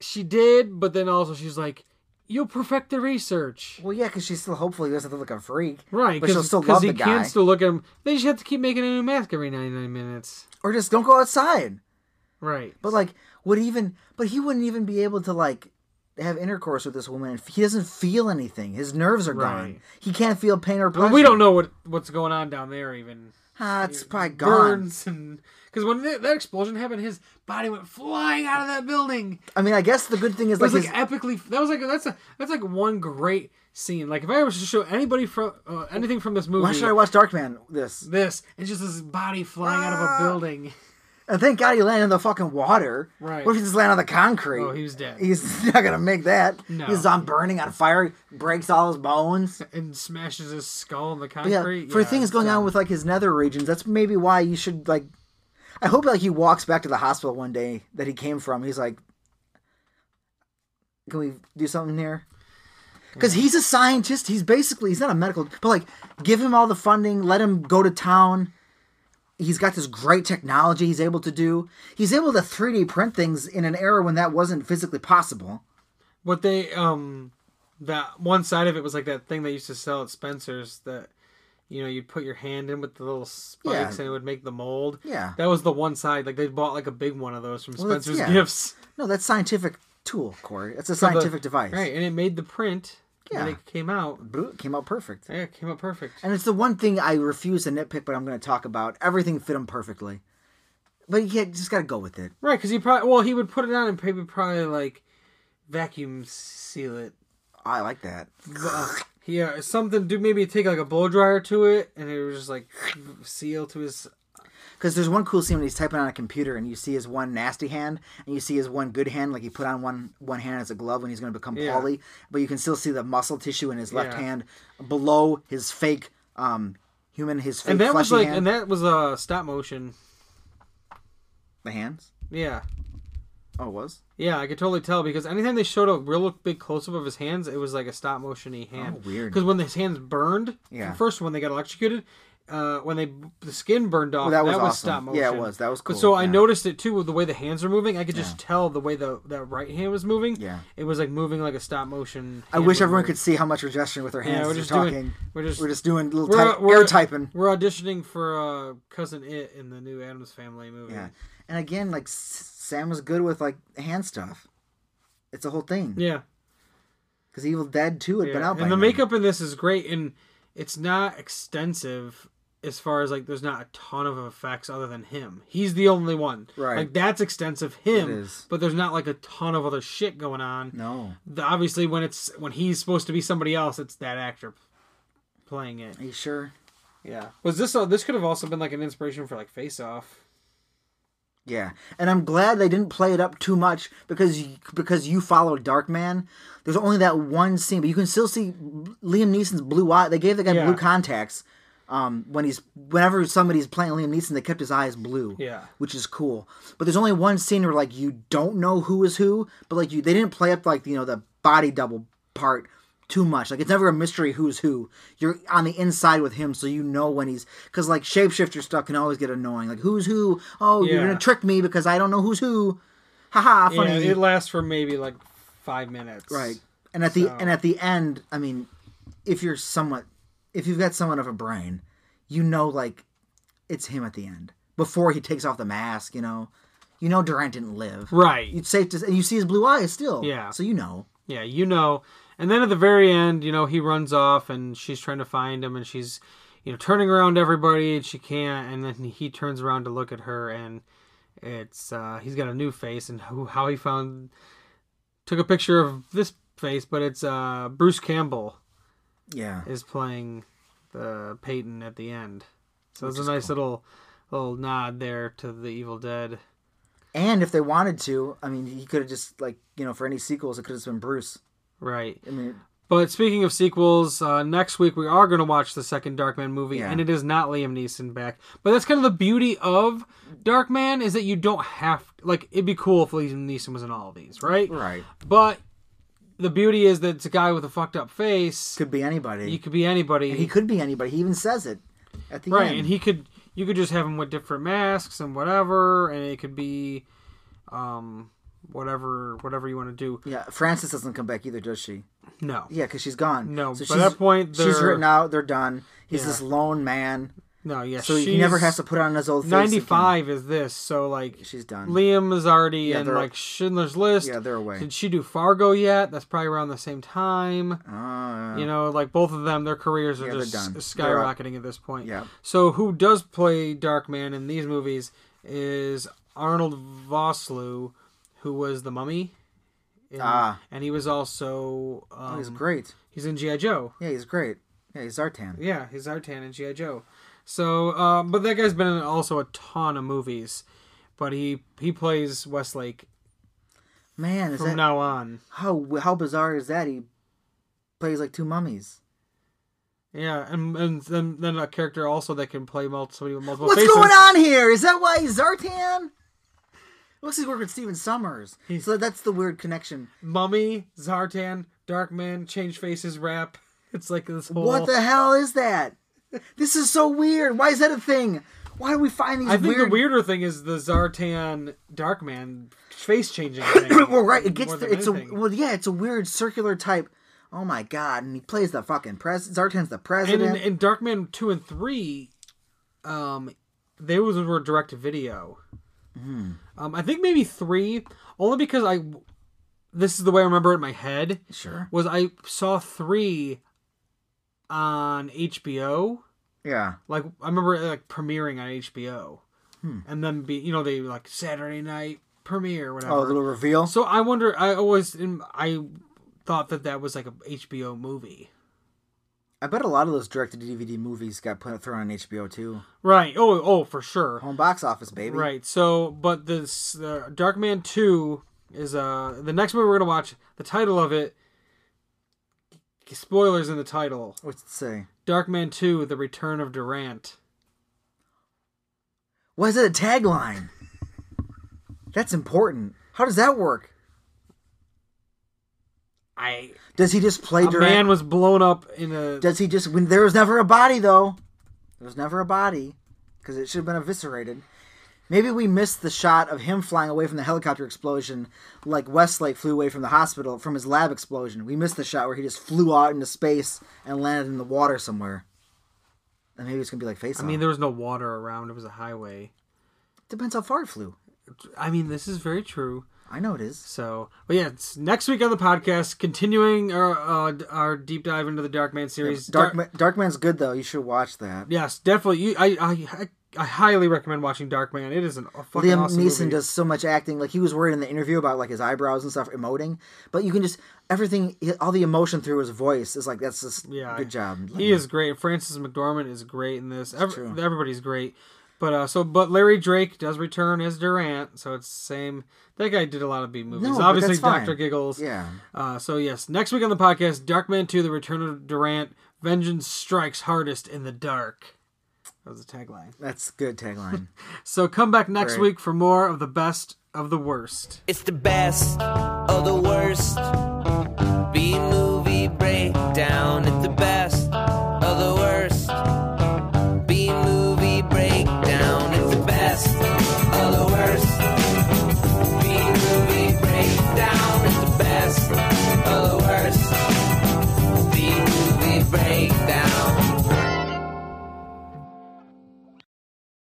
Speaker 1: she did, but then also she's like, "You'll perfect the research."
Speaker 2: Well, yeah, because she still hopefully doesn't look like a freak,
Speaker 1: Right,
Speaker 2: But she'll still
Speaker 1: because
Speaker 2: love
Speaker 1: he
Speaker 2: the guy,
Speaker 1: can still look at him. They just have to keep making a new mask every ninety nine minutes.
Speaker 2: or just don't go outside.
Speaker 1: Right.
Speaker 2: But like, would even? But he wouldn't even be able to like have intercourse with this woman. He doesn't feel anything. His nerves are gone.
Speaker 1: Right.
Speaker 2: He can't feel pain or pleasure.
Speaker 1: But we don't know what what's going on down there even.
Speaker 2: Ah, it's probably gone.
Speaker 1: Burns and because when that, that explosion happened, his body went flying out of that building.
Speaker 2: I mean, I guess the good thing is
Speaker 1: It
Speaker 2: like,
Speaker 1: was like
Speaker 2: his,
Speaker 1: epically. That was like that's a that's like one great scene. Like if I was to show anybody from uh, anything from this movie,
Speaker 2: why should I watch Darkman? This
Speaker 1: this? It's just his body flying out
Speaker 2: Ah.
Speaker 1: of a building.
Speaker 2: and thank God he landed in the fucking water.
Speaker 1: Right.
Speaker 2: What if he just landed on the concrete?
Speaker 1: Oh, he was dead.
Speaker 2: He's not gonna make that.
Speaker 1: No.
Speaker 2: He's on burning on fire. Breaks all his bones.
Speaker 1: and smashes his skull in the
Speaker 2: Oh, yeah,
Speaker 1: concrete.
Speaker 2: for things going on with like his nether regions, that's maybe why you should like. I hope like he walks back to the hospital one day that he came from. He's like, "Can we do something here?" Because he's a scientist. He's basically he's not a medical, but like give him all the funding, let him go to town. He's got this great technology. He's able to do. He's able to three D print things in an era when that wasn't physically possible.
Speaker 1: what they um that one side of it was like that thing they used to sell at Spencer's that you know you'd put your hand in with the little spikes
Speaker 2: Yeah.
Speaker 1: and it would make the mold.
Speaker 2: Yeah.
Speaker 1: that was the one side. Like they bought like a big one of those from
Speaker 2: that's-
Speaker 1: Spencer's
Speaker 2: yeah.
Speaker 1: Gifts.
Speaker 2: No, that's scientific tool, Corey. That's a
Speaker 1: The-
Speaker 2: scientific device.
Speaker 1: right? And it made the print. Yeah,
Speaker 2: Yeah.
Speaker 1: it came out.
Speaker 2: Blue- Came out perfect.
Speaker 1: Yeah, it came out perfect.
Speaker 2: And it's the one thing I refuse to nitpick, but I'm going to talk about. Everything fit him perfectly. But you can't, just got to go with it.
Speaker 1: Right, because he probably well he would put it on and maybe probably like vacuum seal it.
Speaker 2: I like that.
Speaker 1: Yeah, uh, something. Do maybe take like a blow dryer to it, and it was just like seal to his
Speaker 2: Because there's one cool scene when he's typing on a computer and you see his one nasty hand and you see his one good hand. Like he put on one, one hand as a glove when he's going to become
Speaker 1: Yeah.
Speaker 2: Polly. But you can still see the muscle tissue in his left
Speaker 1: Yeah.
Speaker 2: hand below his fake um, human, his fake
Speaker 1: and that was
Speaker 2: fleshy
Speaker 1: like
Speaker 2: hand.
Speaker 1: and that was uh stop motion
Speaker 2: the hands?
Speaker 1: yeah
Speaker 2: Oh, it was?
Speaker 1: yeah i could totally tell because anytime they showed a real big close-up of his hands it was like a stop motiony hand
Speaker 2: Oh, weird.
Speaker 1: because when his hands burned
Speaker 2: Yeah.
Speaker 1: the first one they got electrocuted uh, when they the skin burned off,
Speaker 2: that
Speaker 1: that
Speaker 2: was
Speaker 1: was,
Speaker 2: awesome.
Speaker 1: stop motion.
Speaker 2: Yeah, it was. That was
Speaker 1: But
Speaker 2: cool,
Speaker 1: So I
Speaker 2: yeah.
Speaker 1: noticed it too with the way the hands were moving. I could just tell the way the that right hand was moving.
Speaker 2: Yeah.
Speaker 1: it was like moving like a stop motion.
Speaker 2: I wish everyone could see how much we're gesturing with our hands.
Speaker 1: Yeah,
Speaker 2: as
Speaker 1: we're
Speaker 2: we're
Speaker 1: just
Speaker 2: talking.
Speaker 1: doing. We're just
Speaker 2: we're just doing little
Speaker 1: we're-
Speaker 2: type,
Speaker 1: we're-
Speaker 2: air typing.
Speaker 1: We're auditioning for uh, cousin It in the new Adams Family movie.
Speaker 2: Yeah. And again, like S- Sam was good with like hand stuff. It's a whole thing.
Speaker 1: yeah.
Speaker 2: Because Evil Dead 2 had been
Speaker 1: Yeah,
Speaker 2: out by
Speaker 1: and the
Speaker 2: then.
Speaker 1: makeup in this is great, and it's not extensive as far as like there's not a ton of effects other than him. He's the only one.
Speaker 2: Right.
Speaker 1: Like that's extensive him,
Speaker 2: It is.
Speaker 1: but there's not like a ton of other shit going on.
Speaker 2: No,
Speaker 1: The- obviously, when it's when he's supposed to be somebody else, it's that actor playing it.
Speaker 2: are you sure?
Speaker 1: Yeah. Was this uh, this could have also been like an inspiration for like Face Off?
Speaker 2: Yeah, and I'm glad they didn't play it up too much because you, because you followed Darkman. There's only that one scene, but you can still see Liam Neeson's blue eye. They gave the guy
Speaker 1: Yeah.
Speaker 2: blue contacts Um, when he's whenever somebody's playing Liam Neeson, they kept his eyes blue.
Speaker 1: Yeah.
Speaker 2: which is cool. But there's only one scene where like you don't know who is who, but like you they didn't play up like you know the body double part too much. Like it's never a mystery who's who. You're on the inside with him, so you know when he's because like shapeshifter stuff can always get annoying. Like who's who? Oh, you're
Speaker 1: Yeah.
Speaker 2: gonna trick me because I don't know who's who. Haha,
Speaker 1: Yeah,
Speaker 2: funny.
Speaker 1: it lasts for maybe like five minutes.
Speaker 2: Right. And at the and at the end, I mean, if you're somewhat if you've got somewhat of a brain, you know like it's him at the end. Before he takes off the mask, you know. You know Durant didn't live.
Speaker 1: Right.
Speaker 2: It's safe to and you see his blue eyes still.
Speaker 1: Yeah.
Speaker 2: So you know.
Speaker 1: Yeah, you know. And then at the very end, you know, he runs off and she's trying to find him and she's, you know, turning around to everybody and she can't. And then he turns around to look at her and it's, uh, he's got a new face and who, how he found, took a picture of this face, but it's, uh, Bruce Campbell
Speaker 2: Yeah.
Speaker 1: is playing the Peyton at the end. So it's a nice little, little nod there to the Evil Dead.
Speaker 2: And if they wanted to, I mean, he could have just like, you know, for any sequels it could have been Bruce.
Speaker 1: Right.
Speaker 2: I mean,
Speaker 1: But speaking of sequels, uh, next week we are going to watch the second Darkman movie,
Speaker 2: Yeah.
Speaker 1: and it is not Liam Neeson back. But that's kind of the beauty of Darkman is that you don't have like it'd be cool if Liam Neeson was in all of these, right?
Speaker 2: Right.
Speaker 1: But the beauty is that it's a guy with a fucked up face.
Speaker 2: could be anybody.
Speaker 1: he could be anybody,
Speaker 2: he could be anybody. He even says it at the
Speaker 1: right?
Speaker 2: end.
Speaker 1: And he could you could just have him with different masks and whatever, and it could be, um, whatever whatever you want to do.
Speaker 2: yeah, Frances doesn't come back either, does she?
Speaker 1: No,
Speaker 2: Yeah, because she's gone.
Speaker 1: No,
Speaker 2: so
Speaker 1: by
Speaker 2: she's-
Speaker 1: that point,
Speaker 2: she's
Speaker 1: they're-
Speaker 2: written out. They're done. He's
Speaker 1: Yeah.
Speaker 2: this lone man,
Speaker 1: no, yeah.
Speaker 2: so he never
Speaker 1: she's-
Speaker 2: has to put on his old face. again.
Speaker 1: 95 is this so like
Speaker 2: She's done.
Speaker 1: liam is already in
Speaker 2: they're-
Speaker 1: like schindler's list
Speaker 2: Yeah, they're away.
Speaker 1: did she do fargo yet that's probably around the same time
Speaker 2: Ah,
Speaker 1: you know like both of them their careers are
Speaker 2: they're
Speaker 1: just
Speaker 2: done.
Speaker 1: s-
Speaker 2: They're up.
Speaker 1: skyrocketing at this point
Speaker 2: Yeah.
Speaker 1: so who does play dark man in these movies is arnold vosloo who was the mummy in-
Speaker 2: Ah. Oh,
Speaker 1: and he was also um,
Speaker 2: he's
Speaker 1: he's,
Speaker 2: great.
Speaker 1: in gi joe
Speaker 2: Yeah, he's great. Yeah, he's Zartan.
Speaker 1: yeah, his Zartan and GI Joe. So, um, but that guy's been in also a ton of movies, but he he plays Westlake
Speaker 2: Man, is
Speaker 1: from
Speaker 2: that
Speaker 1: now on.
Speaker 2: how how bizarre is that? He plays like two mummies.
Speaker 1: Yeah, and and then, then a character also that can play multiple somebody with multiple
Speaker 2: What's
Speaker 1: faces.
Speaker 2: going on here? Is that why he's Zartan? Looks like he's working with Steven Summers. so that's the weird connection.
Speaker 1: Mummy, Zartan, Darkman, change faces, rap. It's like this whole.
Speaker 2: What the hell is that? This is so weird. Why is that a thing? Why do we find these
Speaker 1: I think
Speaker 2: weird
Speaker 1: the weirder thing is the Zartan Darkman face changing thing.
Speaker 2: well, right, it gets
Speaker 1: More
Speaker 2: there.
Speaker 1: than
Speaker 2: It's a
Speaker 1: anything.
Speaker 2: well, yeah, it's a weird circular type. Oh my god! And he plays the fucking pres. Zartan's the
Speaker 1: and
Speaker 2: president.
Speaker 1: in, in Darkman two and three, um, they was were direct to video.
Speaker 2: Hmm.
Speaker 1: Um, I think maybe three, only because I, this is the way I remember it in my head.
Speaker 2: sure.
Speaker 1: Was I saw three on HBO?
Speaker 2: Yeah.
Speaker 1: Like I remember it, like premiering on HBO, and then be you know they like Saturday night premiere whatever.
Speaker 2: Oh, a little reveal.
Speaker 1: So I wonder. I always I thought that that was like a HBO movie.
Speaker 2: I bet a lot of those direct to DVD movies got put thrown on HBO too.
Speaker 1: Right. Oh, oh, for sure.
Speaker 2: Home box office, baby.
Speaker 1: Right. So, but this uh, Darkman Two is uh the next movie we're gonna watch. The title of it, spoilers in the title.
Speaker 2: What's it say?
Speaker 1: Darkman Two: The Return of Durant.
Speaker 2: Why is that a tagline? That's important. How does that work?
Speaker 1: I
Speaker 2: Does he just play
Speaker 1: a
Speaker 2: Durant?
Speaker 1: man was blown up in a
Speaker 2: does he just when there was never a body though? There was never a body because it should have been eviscerated. Maybe we missed the shot of him flying away from the helicopter explosion, like Westlake flew away from the hospital from his lab explosion. We missed the shot where he just flew out into space and landed in the water somewhere. And maybe it's gonna be like face.
Speaker 1: I mean, there was no water around. It was a highway.
Speaker 2: depends how far it flew.
Speaker 1: I mean, this is very true.
Speaker 2: I know it is.
Speaker 1: So, but yeah, it's next week on the podcast, continuing our uh, our deep dive into the Darkman series.
Speaker 2: Dark Ma- Darkman's good though. You should watch that.
Speaker 1: Yes, definitely. You, I, I, I, I highly recommend watching Darkman. It is an, a fucking
Speaker 2: Liam
Speaker 1: awesome
Speaker 2: Neeson
Speaker 1: movie.
Speaker 2: does so much acting. Like he was worried in the interview about like his eyebrows and stuff emoting, but you can just everything, all the emotion through his voice is like that's just
Speaker 1: Yeah,
Speaker 2: good job.
Speaker 1: He is great. Francis McDormand is great in this. Ev- Everybody's great. But uh, so, but Larry Drake does return as Durant, so it's the same. That guy did a lot of B movies.
Speaker 2: No, but
Speaker 1: Obviously,
Speaker 2: that's fine.
Speaker 1: Doctor Giggles.
Speaker 2: Yeah.
Speaker 1: Uh, so yes, next week on the podcast, Darkman Two: The Return of Durant. Vengeance strikes hardest in the dark. That was the tagline.
Speaker 2: That's good tagline.
Speaker 1: So come back next
Speaker 2: Right.
Speaker 1: week for more of the best of the worst.
Speaker 3: It's the best of the worst.